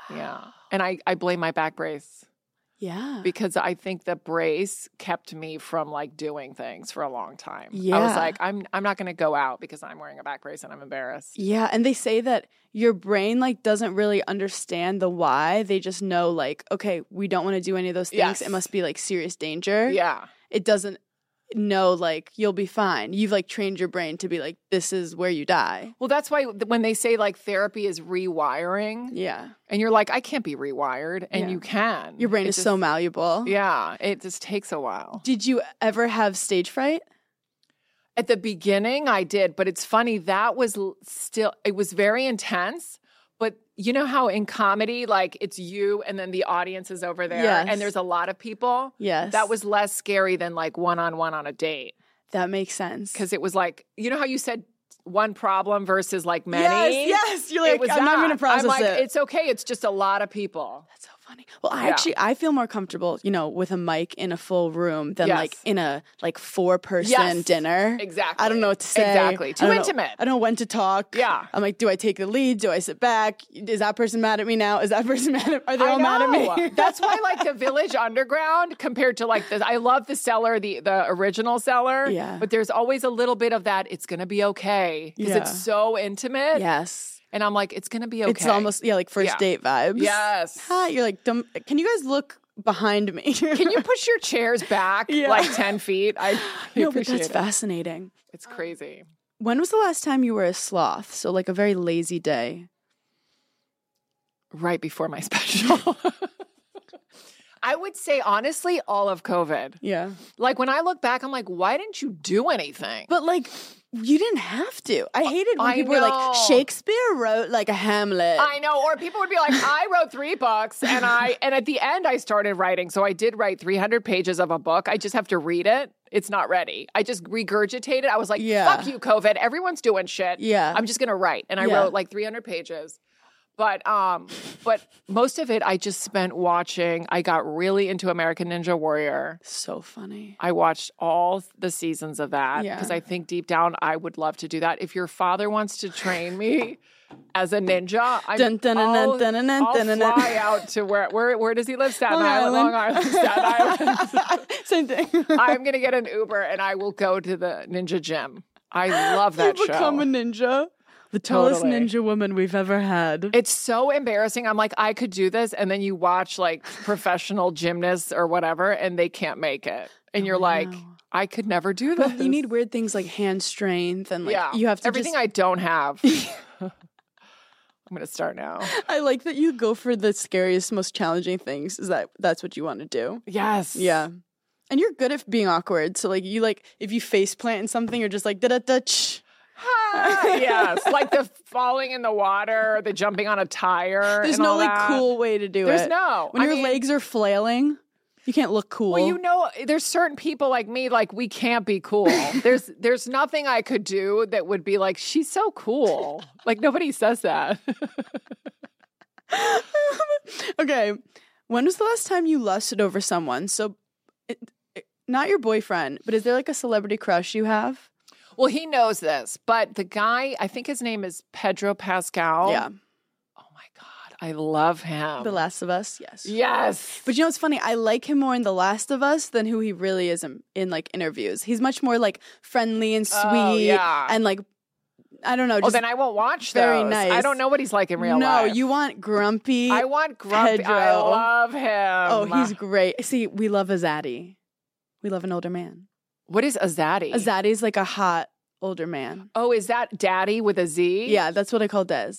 Speaker 3: Yeah. And I, I blame my back brace
Speaker 4: Yeah.
Speaker 3: because I think the brace kept me from like doing things for a long time. I was
Speaker 4: Yeah.
Speaker 3: like, I'm I'm not gonna go out because I'm wearing a back brace and I'm embarrassed.
Speaker 4: yeah, and they say that your brain like doesn't really understand the why. They just know like, okay, we don't want to do any of those things.
Speaker 3: Yes.
Speaker 4: It must be like serious danger.
Speaker 3: Yeah.
Speaker 4: It doesn't know like you'll be fine. You've like trained your brain to be like this is where you die.
Speaker 3: Well, that's why th- when they say like therapy is rewiring,
Speaker 4: Yeah.
Speaker 3: and you're like, I can't be rewired, and
Speaker 4: Yeah.
Speaker 3: you can.
Speaker 4: Your brain
Speaker 3: It
Speaker 4: is so
Speaker 3: just-
Speaker 4: malleable.
Speaker 3: Yeah, it just takes a while.
Speaker 4: Did you ever have stage fright?
Speaker 3: At the beginning, I did, but it's funny. That was l- still, it was very intense. But you know how in comedy, like it's you and then the audience is over there
Speaker 4: Yes.
Speaker 3: and there's a lot of people?
Speaker 4: Yes.
Speaker 3: That was less scary than like one on one on a date.
Speaker 4: that makes sense.
Speaker 3: Cause it was like, you know how you said one problem versus like many?
Speaker 4: Yes, yes. You're
Speaker 3: It
Speaker 4: like,
Speaker 3: was
Speaker 4: I'm
Speaker 3: that.
Speaker 4: not going to process
Speaker 3: I'm like,
Speaker 4: it.
Speaker 3: It's okay. It's just a lot of people.
Speaker 4: That's so funny. Well, I
Speaker 3: Yeah.
Speaker 4: actually I feel more comfortable, you know, with a mic in a full room than
Speaker 3: Yes.
Speaker 4: like in a like four person
Speaker 3: Yes.
Speaker 4: dinner.
Speaker 3: Exactly.
Speaker 4: I don't know what to say.
Speaker 3: Exactly.
Speaker 4: I
Speaker 3: Too
Speaker 4: don't know-
Speaker 3: intimate.
Speaker 4: I don't know when to talk.
Speaker 3: Yeah.
Speaker 4: I'm like, do I take the lead? Do I sit back? Is that person mad at me now? Is that person mad at? Are they all mad at
Speaker 3: know.
Speaker 4: me?
Speaker 3: That's why like the Village Underground compared to like the I love the cellar, the the original cellar.
Speaker 4: Yeah.
Speaker 3: But there's always a little bit of that. It's gonna be okay because
Speaker 4: Yeah.
Speaker 3: it's so intimate.
Speaker 4: yes.
Speaker 3: And I'm like, it's gonna be okay.
Speaker 4: It's almost yeah, like first
Speaker 3: Yeah.
Speaker 4: date vibes.
Speaker 3: yes.
Speaker 4: Hi, you're like, dumb, can you guys look behind me?
Speaker 3: Can you push your chairs back
Speaker 4: Yeah.
Speaker 3: like ten feet? I
Speaker 4: no, but
Speaker 3: appreciate
Speaker 4: that's
Speaker 3: it.
Speaker 4: fascinating.
Speaker 3: It's crazy.
Speaker 4: When was the last time you were a sloth? So like a very lazy day.
Speaker 3: Right before my special. I would say honestly, all of COVID.
Speaker 4: Yeah.
Speaker 3: Like when I look back, I'm like, why didn't you do anything?
Speaker 4: But like, you didn't have to. I hated when
Speaker 3: I
Speaker 4: people were
Speaker 3: know.
Speaker 4: like, Shakespeare wrote like a Hamlet.
Speaker 3: I know. Or people would be like, I wrote three books and I and at the end I started writing. So I did write 300 pages of a book. I just have to read it. It's not ready. I just regurgitated. I was like,
Speaker 4: Yeah.
Speaker 3: fuck you, COVID. Everyone's doing shit.
Speaker 4: Yeah.
Speaker 3: I'm just gonna write. And I
Speaker 4: Yeah.
Speaker 3: wrote like 300 pages. But um, but most of it I just spent watching. I got really into American Ninja Warrior.
Speaker 4: so funny.
Speaker 3: I watched all the seasons of that
Speaker 4: Yeah.
Speaker 3: because I think deep down I would love to do that. If your father wants to train me as a ninja, I'm,
Speaker 4: Dun, dun, dun, dun,
Speaker 3: I'll,
Speaker 4: dun, dun, dun,
Speaker 3: I'll
Speaker 4: dun, dun, dun.
Speaker 3: fly out to where where where does he live? Staten
Speaker 4: Long
Speaker 3: Island, Long Island, Staten Island.
Speaker 4: Same thing.
Speaker 3: I'm gonna get an Uber and I will go to the ninja gym. I love
Speaker 4: you
Speaker 3: that show.
Speaker 4: become a ninja. The tallest
Speaker 3: Totally.
Speaker 4: ninja woman we've ever had.
Speaker 3: it's so embarrassing. I'm like, I could do this, and then you watch like professional gymnasts or whatever, and they can't make it, and
Speaker 4: Oh,
Speaker 3: you're like, I could never do this.
Speaker 4: you need weird things like hand strength and like
Speaker 3: yeah.
Speaker 4: you have to
Speaker 3: everything
Speaker 4: just,
Speaker 3: I don't have. I'm gonna start now.
Speaker 4: I like that you go for the scariest, most challenging things. Is that that's what you want to do?
Speaker 3: Yes.
Speaker 4: Yeah. And you're good at being awkward. So like you like if you face plant in something, you're just like da da da. tsh.
Speaker 3: Ah, yes. Like the falling in the water, the jumping on a tire.
Speaker 4: There's
Speaker 3: and
Speaker 4: no
Speaker 3: all
Speaker 4: like
Speaker 3: that.
Speaker 4: cool way to do
Speaker 3: There's
Speaker 4: it.
Speaker 3: no.
Speaker 4: When
Speaker 3: I
Speaker 4: your
Speaker 3: mean-
Speaker 4: legs are flailing, you can't look cool.
Speaker 3: Well, you know, there's certain people like me, like we can't be cool. there's there's nothing I could do that would be like, she's so cool. like nobody says that.
Speaker 4: okay. When was the last time you lusted over someone? So, it, it- not your boyfriend, but is there like a celebrity crush you have?
Speaker 3: well, he knows this, but the guy, I think his name is Pedro Pascal.
Speaker 4: Yeah.
Speaker 3: Oh my God. I love him.
Speaker 4: The Last of Us, yes.
Speaker 3: yes.
Speaker 4: But you know what's funny? I like him more in The Last of Us than who he really is in, in like interviews. He's much more like friendly and sweet
Speaker 3: Oh, yeah.
Speaker 4: and like, I don't know.
Speaker 3: Oh,
Speaker 4: Just
Speaker 3: then I won't watch
Speaker 4: very
Speaker 3: those. I
Speaker 4: nice.
Speaker 3: don't know what he's like in real
Speaker 4: no,
Speaker 3: life.
Speaker 4: you want grumpy.
Speaker 3: I want grumpy. I
Speaker 4: Pedro.
Speaker 3: love
Speaker 4: oh,
Speaker 3: him.
Speaker 4: he's great. See, we love a zaddy. We love an older man.
Speaker 3: what is Azadi?
Speaker 4: A zaddy's like a hot older man.
Speaker 3: Oh, is that Daddy with a Z?
Speaker 4: Yeah, that's what I call Des.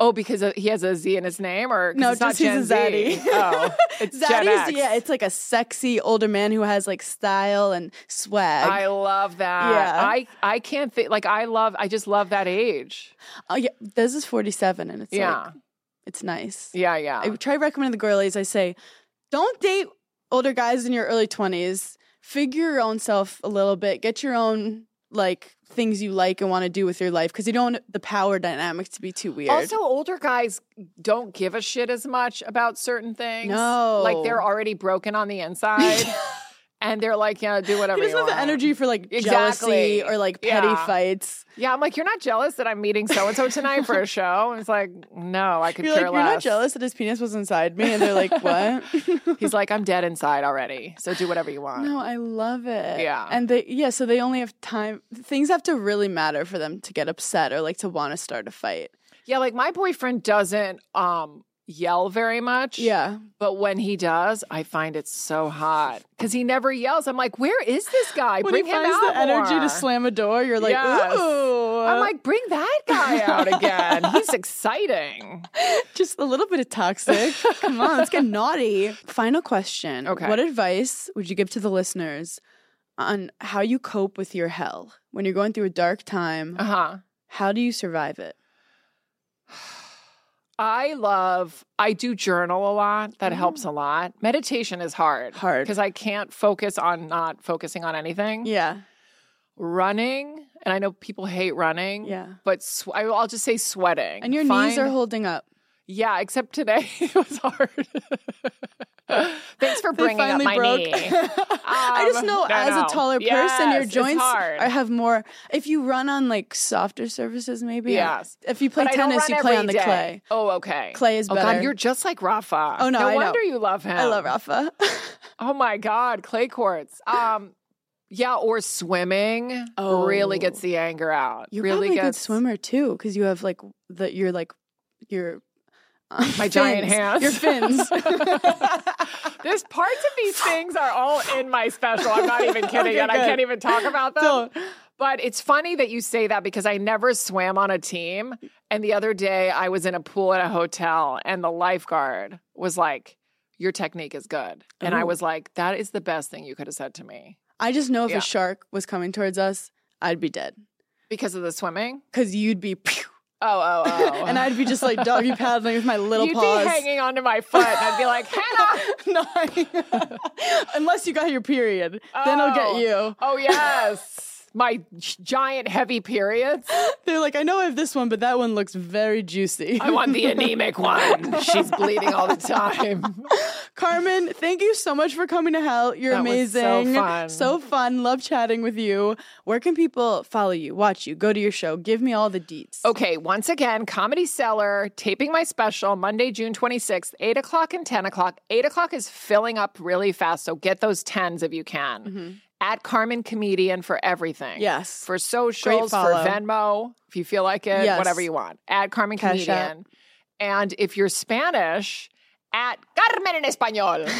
Speaker 3: Oh, because uh, he has a Z in his name, or 'cause
Speaker 4: No,
Speaker 3: it's not
Speaker 4: just he's
Speaker 3: Gen
Speaker 4: a
Speaker 3: Z.
Speaker 4: zaddy.
Speaker 3: Oh, it's Gen
Speaker 4: Zaddy's-
Speaker 3: X.
Speaker 4: yeah, it's like a sexy older man who has like style and swag.
Speaker 3: I love that.
Speaker 4: Yeah.
Speaker 3: I I can't think like I love I just love that age.
Speaker 4: oh yeah, this is forty seven, and it's
Speaker 3: yeah.
Speaker 4: like it's nice.
Speaker 3: yeah, yeah.
Speaker 4: I try recommending the girlies. I say, don't date older guys in your early twenties. Figure your own self a little bit. Get your own like things you like and want to do with your life because you don't want the power dynamic to be too weird.
Speaker 3: Also, older guys don't give a shit as much about certain things.
Speaker 4: No.
Speaker 3: Like they're already broken on the inside. and they're like, yeah, do whatever
Speaker 4: he
Speaker 3: you
Speaker 4: doesn't
Speaker 3: want.
Speaker 4: have the energy for like
Speaker 3: Exactly.
Speaker 4: jealousy or like petty
Speaker 3: Yeah.
Speaker 4: fights.
Speaker 3: Yeah, I'm like, you're not jealous that I'm meeting so and so tonight for a show. And it's like, no, I could
Speaker 4: You're like,
Speaker 3: care
Speaker 4: you're
Speaker 3: less.
Speaker 4: not jealous that his penis was inside me, and they're like, what?
Speaker 3: He's like, I'm dead inside already. So do whatever you want.
Speaker 4: No, I love it.
Speaker 3: Yeah.
Speaker 4: And they yeah, so they only have time things have to really matter for them to get upset or like to want to start a fight.
Speaker 3: Yeah, like my boyfriend doesn't um yell very much.
Speaker 4: Yeah.
Speaker 3: But when he does, I find it so hot because he never yells. I'm like, where is this guy?
Speaker 4: When
Speaker 3: Bring
Speaker 4: he
Speaker 3: him
Speaker 4: finds
Speaker 3: out
Speaker 4: the energy
Speaker 3: more."
Speaker 4: to slam a door, you're like,
Speaker 3: Yes.
Speaker 4: ooh.
Speaker 3: I'm like, bring that guy out again. He's exciting.
Speaker 4: just a little bit of toxic. Come on, let's get naughty. Final question.
Speaker 3: Okay.
Speaker 4: What advice would you give to the listeners on how you cope with your hell when you're going through a dark time?
Speaker 3: Uh
Speaker 4: Uh-huh.
Speaker 3: huh.
Speaker 4: How do you survive it?
Speaker 3: I love, I do journal a lot. That helps a lot. Meditation is hard.
Speaker 4: Mm. Hard.
Speaker 3: Because I can't focus on not focusing on anything.
Speaker 4: Yeah.
Speaker 3: Running, and I know people hate running.
Speaker 4: Yeah.
Speaker 3: But sw- I- I'll just say sweating.
Speaker 4: And your knees
Speaker 3: Find-
Speaker 4: are holding up.
Speaker 3: Yeah, except today it was hard. Thanks for
Speaker 4: They
Speaker 3: bringing up
Speaker 4: finally
Speaker 3: my
Speaker 4: broke.
Speaker 3: knee.
Speaker 4: I just
Speaker 3: Um,
Speaker 4: know
Speaker 3: no,
Speaker 4: as
Speaker 3: no.
Speaker 4: a taller person,
Speaker 3: Yes,
Speaker 4: your
Speaker 3: it's
Speaker 4: joints
Speaker 3: hard.
Speaker 4: are, have more. If you run on like softer surfaces, maybe.
Speaker 3: Yes.
Speaker 4: If you play
Speaker 3: But I don't
Speaker 4: tennis, you
Speaker 3: run
Speaker 4: play
Speaker 3: every
Speaker 4: on the
Speaker 3: day.
Speaker 4: clay.
Speaker 3: Oh, okay.
Speaker 4: Clay is
Speaker 3: oh,
Speaker 4: better.
Speaker 3: God, you're just like Rafa.
Speaker 4: Oh, no,
Speaker 3: no
Speaker 4: I know.
Speaker 3: wonder you love him.
Speaker 4: I love Rafa.
Speaker 3: Oh my God, clay courts. Um, yeah, or swimming
Speaker 4: Oh.
Speaker 3: really gets the anger out.
Speaker 4: You're
Speaker 3: really
Speaker 4: probably a good
Speaker 3: gets
Speaker 4: swimmer too, because you have like the you're like your um,
Speaker 3: My giant
Speaker 4: fins.
Speaker 3: hands.
Speaker 4: Your fins.
Speaker 3: There's parts of these things are all in my special. I'm not even kidding,
Speaker 4: Okay,
Speaker 3: and I
Speaker 4: good.
Speaker 3: can't even talk about them.
Speaker 4: Don't.
Speaker 3: But it's funny that you say that because I never swam on a team. And the other day I was in a pool at a hotel and the lifeguard was like, Your technique is good. And I
Speaker 4: Ooh.
Speaker 3: was like, That is the best thing you could have said to me
Speaker 4: I just know if
Speaker 3: Yeah.
Speaker 4: a shark was coming towards us, I'd be dead.
Speaker 3: because of the swimming.
Speaker 4: Cause you'd be, pew,
Speaker 3: Oh, oh, oh.
Speaker 4: and I'd be just like doggy paddling with my little
Speaker 3: You'd
Speaker 4: paws.
Speaker 3: be hanging onto my foot and I'd be like, Hannah.
Speaker 4: no, I- unless you got your period, then I'll
Speaker 3: Oh.
Speaker 4: get you.
Speaker 3: Oh, yes. My giant heavy periods.
Speaker 4: They're like, I know I have this one, but that one looks very juicy.
Speaker 3: I want the anemic one. She's bleeding all the time.
Speaker 4: Carmen, thank you so much for coming to hell. You're
Speaker 3: That was so
Speaker 4: amazing.
Speaker 3: fun.
Speaker 4: So fun. Love chatting with you. Where can people follow you, watch you, go to your show? Give me all the deets.
Speaker 3: Okay, once again, Comedy Cellar, taping my special Monday, June 26th, 8 o'clock and 10 o'clock. 8 o'clock is filling up really fast, so get those 10s if you can. At Carmen Comedian for everything.
Speaker 4: Yes.
Speaker 3: For socials, for
Speaker 4: follow.
Speaker 3: Venmo, if you feel like it,
Speaker 4: Yes.
Speaker 3: whatever you want. At Carmen
Speaker 4: Cash App.
Speaker 3: Comedian. And if you're Spanish, at Carmen en Español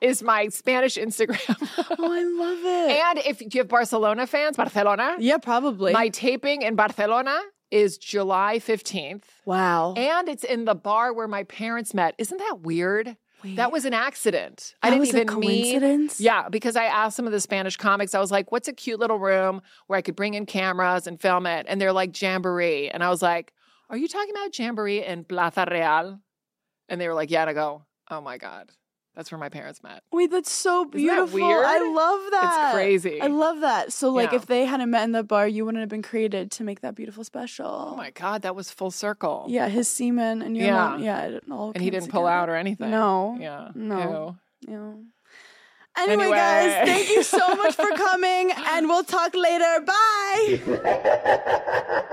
Speaker 3: is my Spanish Instagram.
Speaker 4: Oh, I love it.
Speaker 3: and if you have Barcelona fans, Barcelona,
Speaker 4: yeah, probably.
Speaker 3: my taping in Barcelona is July 15th.
Speaker 4: wow.
Speaker 3: And it's in the bar where my parents met. Isn't that weird? That was an accident. I
Speaker 4: That
Speaker 3: didn't
Speaker 4: was a
Speaker 3: even
Speaker 4: coincidence?
Speaker 3: mean. Yeah, because I asked some of the Spanish comics. I was like, "What's a cute little room where I could bring in cameras and film it?" And they're like, "Jamboree." And I was like, "Are you talking about Jamboree in Plaza Real?" And they were like, "Yeah." And I go, "Oh my god, that's where my parents met."
Speaker 4: Wait, that's so beautiful.
Speaker 3: weird?
Speaker 4: I love that.
Speaker 3: crazy.
Speaker 4: I love that. So, like,
Speaker 3: Yeah.
Speaker 4: if they hadn't met in the bar, you wouldn't have been created to make that beautiful special.
Speaker 3: Oh my god, that was full circle.
Speaker 4: Yeah, his semen and your
Speaker 3: Yeah.
Speaker 4: mom. Yeah, it all
Speaker 3: And he
Speaker 4: comes
Speaker 3: didn't pull
Speaker 4: together.
Speaker 3: out or anything.
Speaker 4: No.
Speaker 3: Yeah.
Speaker 4: No.
Speaker 3: Ew.
Speaker 4: Yeah. Anyway,
Speaker 3: Anyway.
Speaker 4: guys, thank you so much for coming, and we'll talk later. Bye.